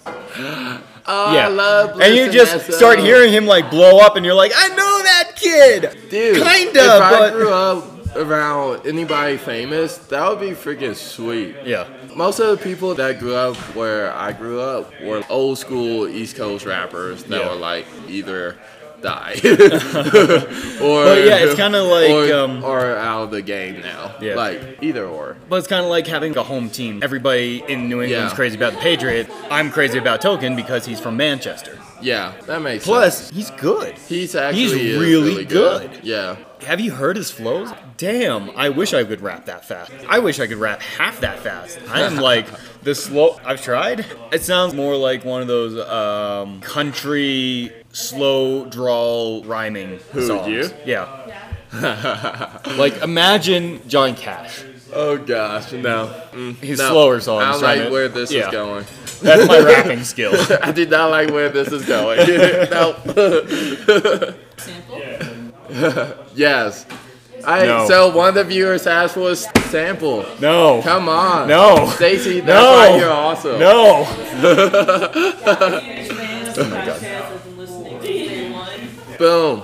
[SPEAKER 2] Oh,
[SPEAKER 3] yeah,
[SPEAKER 2] I love uh,
[SPEAKER 3] and you
[SPEAKER 2] Bliss
[SPEAKER 3] just
[SPEAKER 2] Esso.
[SPEAKER 3] start hearing him like blow up, and you're like, I know that kid.
[SPEAKER 2] Dude,
[SPEAKER 3] Kinda,
[SPEAKER 2] If I
[SPEAKER 3] but-
[SPEAKER 2] grew up around anybody famous, that would be freaking sweet.
[SPEAKER 3] Yeah,
[SPEAKER 2] Most of the people that grew up where I grew up were old school East Coast rappers that
[SPEAKER 3] Yeah.
[SPEAKER 2] were like either die or
[SPEAKER 3] But yeah, it's kinda like,
[SPEAKER 2] or,
[SPEAKER 3] um,
[SPEAKER 2] or out of the game now.
[SPEAKER 3] Yeah.
[SPEAKER 2] Like either or.
[SPEAKER 3] But it's kind of like having a home team. Everybody in New England's
[SPEAKER 2] Yeah.
[SPEAKER 3] crazy about the Patriots. I'm crazy about Token because he's from Manchester.
[SPEAKER 2] Yeah, that makes sense.
[SPEAKER 3] Plus, he's good.
[SPEAKER 2] He's actually
[SPEAKER 3] he's
[SPEAKER 2] is
[SPEAKER 3] really
[SPEAKER 2] good.
[SPEAKER 3] good.
[SPEAKER 2] Yeah.
[SPEAKER 3] Have you heard his flows? Damn, I wish I could rap that fast. I wish I could rap half that fast. I am like the slow. I've tried. It sounds more like one of those um, country slow drawl rhyming
[SPEAKER 2] Who,
[SPEAKER 3] songs.
[SPEAKER 2] you?
[SPEAKER 3] Yeah. like imagine John Cash.
[SPEAKER 2] Oh gosh, no.
[SPEAKER 3] His
[SPEAKER 2] No,
[SPEAKER 3] slower songs.
[SPEAKER 2] I
[SPEAKER 3] trying
[SPEAKER 2] like
[SPEAKER 3] to-
[SPEAKER 2] where this
[SPEAKER 3] Yeah.
[SPEAKER 2] is going.
[SPEAKER 3] That's my rapping skill.
[SPEAKER 2] I did not like where this is going. nope.
[SPEAKER 8] Sample?
[SPEAKER 2] yes. I
[SPEAKER 3] No.
[SPEAKER 2] so one of the viewers asked for a s- sample.
[SPEAKER 3] No.
[SPEAKER 2] Come on.
[SPEAKER 3] No.
[SPEAKER 2] Stacy, that's
[SPEAKER 3] No.
[SPEAKER 2] why you're awesome.
[SPEAKER 3] No.
[SPEAKER 2] Boom.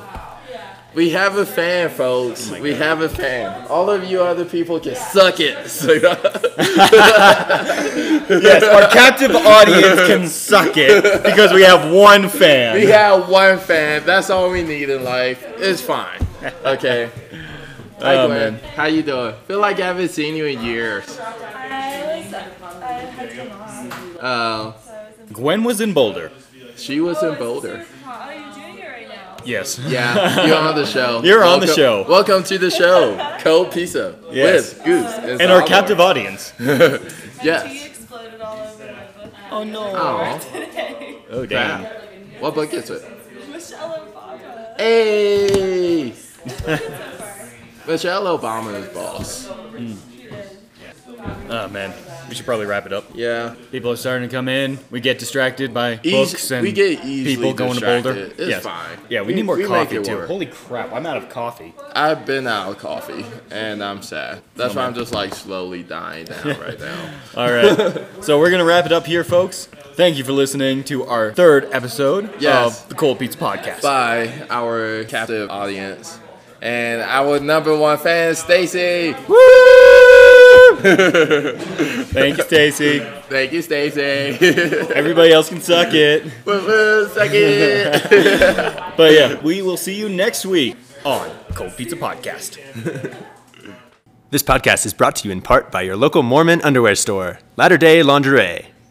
[SPEAKER 2] We have a fan,
[SPEAKER 3] Oh
[SPEAKER 2] folks. we have a fan. All of you other people can suck it.
[SPEAKER 3] Yes, our captive audience can suck it because we have one fan.
[SPEAKER 2] we have one fan. That's all we need in life. It's fine. Okay. Hi,
[SPEAKER 3] Oh,
[SPEAKER 2] Gwen.
[SPEAKER 3] man.
[SPEAKER 2] How you doing? Feel like I haven't seen you in years. Uh,
[SPEAKER 3] Gwen was in Boulder.
[SPEAKER 2] she was in Boulder.
[SPEAKER 3] Yes.
[SPEAKER 2] Yeah, you're on the show.
[SPEAKER 3] You're on the
[SPEAKER 2] Welcome-
[SPEAKER 3] show.
[SPEAKER 2] Welcome to the show, Cold Pizza
[SPEAKER 3] Yes.
[SPEAKER 2] with Goose and,
[SPEAKER 3] And our
[SPEAKER 2] Salvador.
[SPEAKER 3] captive audience.
[SPEAKER 2] Yes.
[SPEAKER 8] exploded all over my book.
[SPEAKER 3] Oh no.
[SPEAKER 2] Aw.
[SPEAKER 3] Oh
[SPEAKER 2] Damn.
[SPEAKER 3] damn.
[SPEAKER 2] What book is it?
[SPEAKER 8] Michelle Obama.
[SPEAKER 2] Hey! Michelle Obama is boss.
[SPEAKER 3] Oh man. We should probably wrap it up.
[SPEAKER 2] Yeah.
[SPEAKER 3] People are starting to come in. We get distracted by
[SPEAKER 2] Eas-
[SPEAKER 3] books and
[SPEAKER 2] we get easily
[SPEAKER 3] people going to Boulder.
[SPEAKER 2] distracted. It's
[SPEAKER 3] yes.
[SPEAKER 2] fine.
[SPEAKER 3] Yeah, we,
[SPEAKER 2] We-
[SPEAKER 3] need more
[SPEAKER 2] we make
[SPEAKER 3] coffee
[SPEAKER 2] it
[SPEAKER 3] too.
[SPEAKER 2] work.
[SPEAKER 3] Holy crap, I'm out of coffee.
[SPEAKER 2] I've been out of coffee and I'm sad. That's why I'm just like slowly dying down right now.
[SPEAKER 3] All right. so we're going to wrap it up here, folks. Thank you for listening to our third episode
[SPEAKER 2] Yes.
[SPEAKER 3] of the Cold Pizza Podcast.
[SPEAKER 2] By our captive audience and our number one fan, Stacy.
[SPEAKER 3] Thank you, Stacy.
[SPEAKER 2] Thank you, Stacy.
[SPEAKER 3] Everybody else can suck it.
[SPEAKER 2] Woo, woo, suck it.
[SPEAKER 3] But yeah, we will see you next week on Cold Pizza Podcast.
[SPEAKER 10] This podcast is brought to you in part by your local Mormon underwear store, Latter Day Lingerie.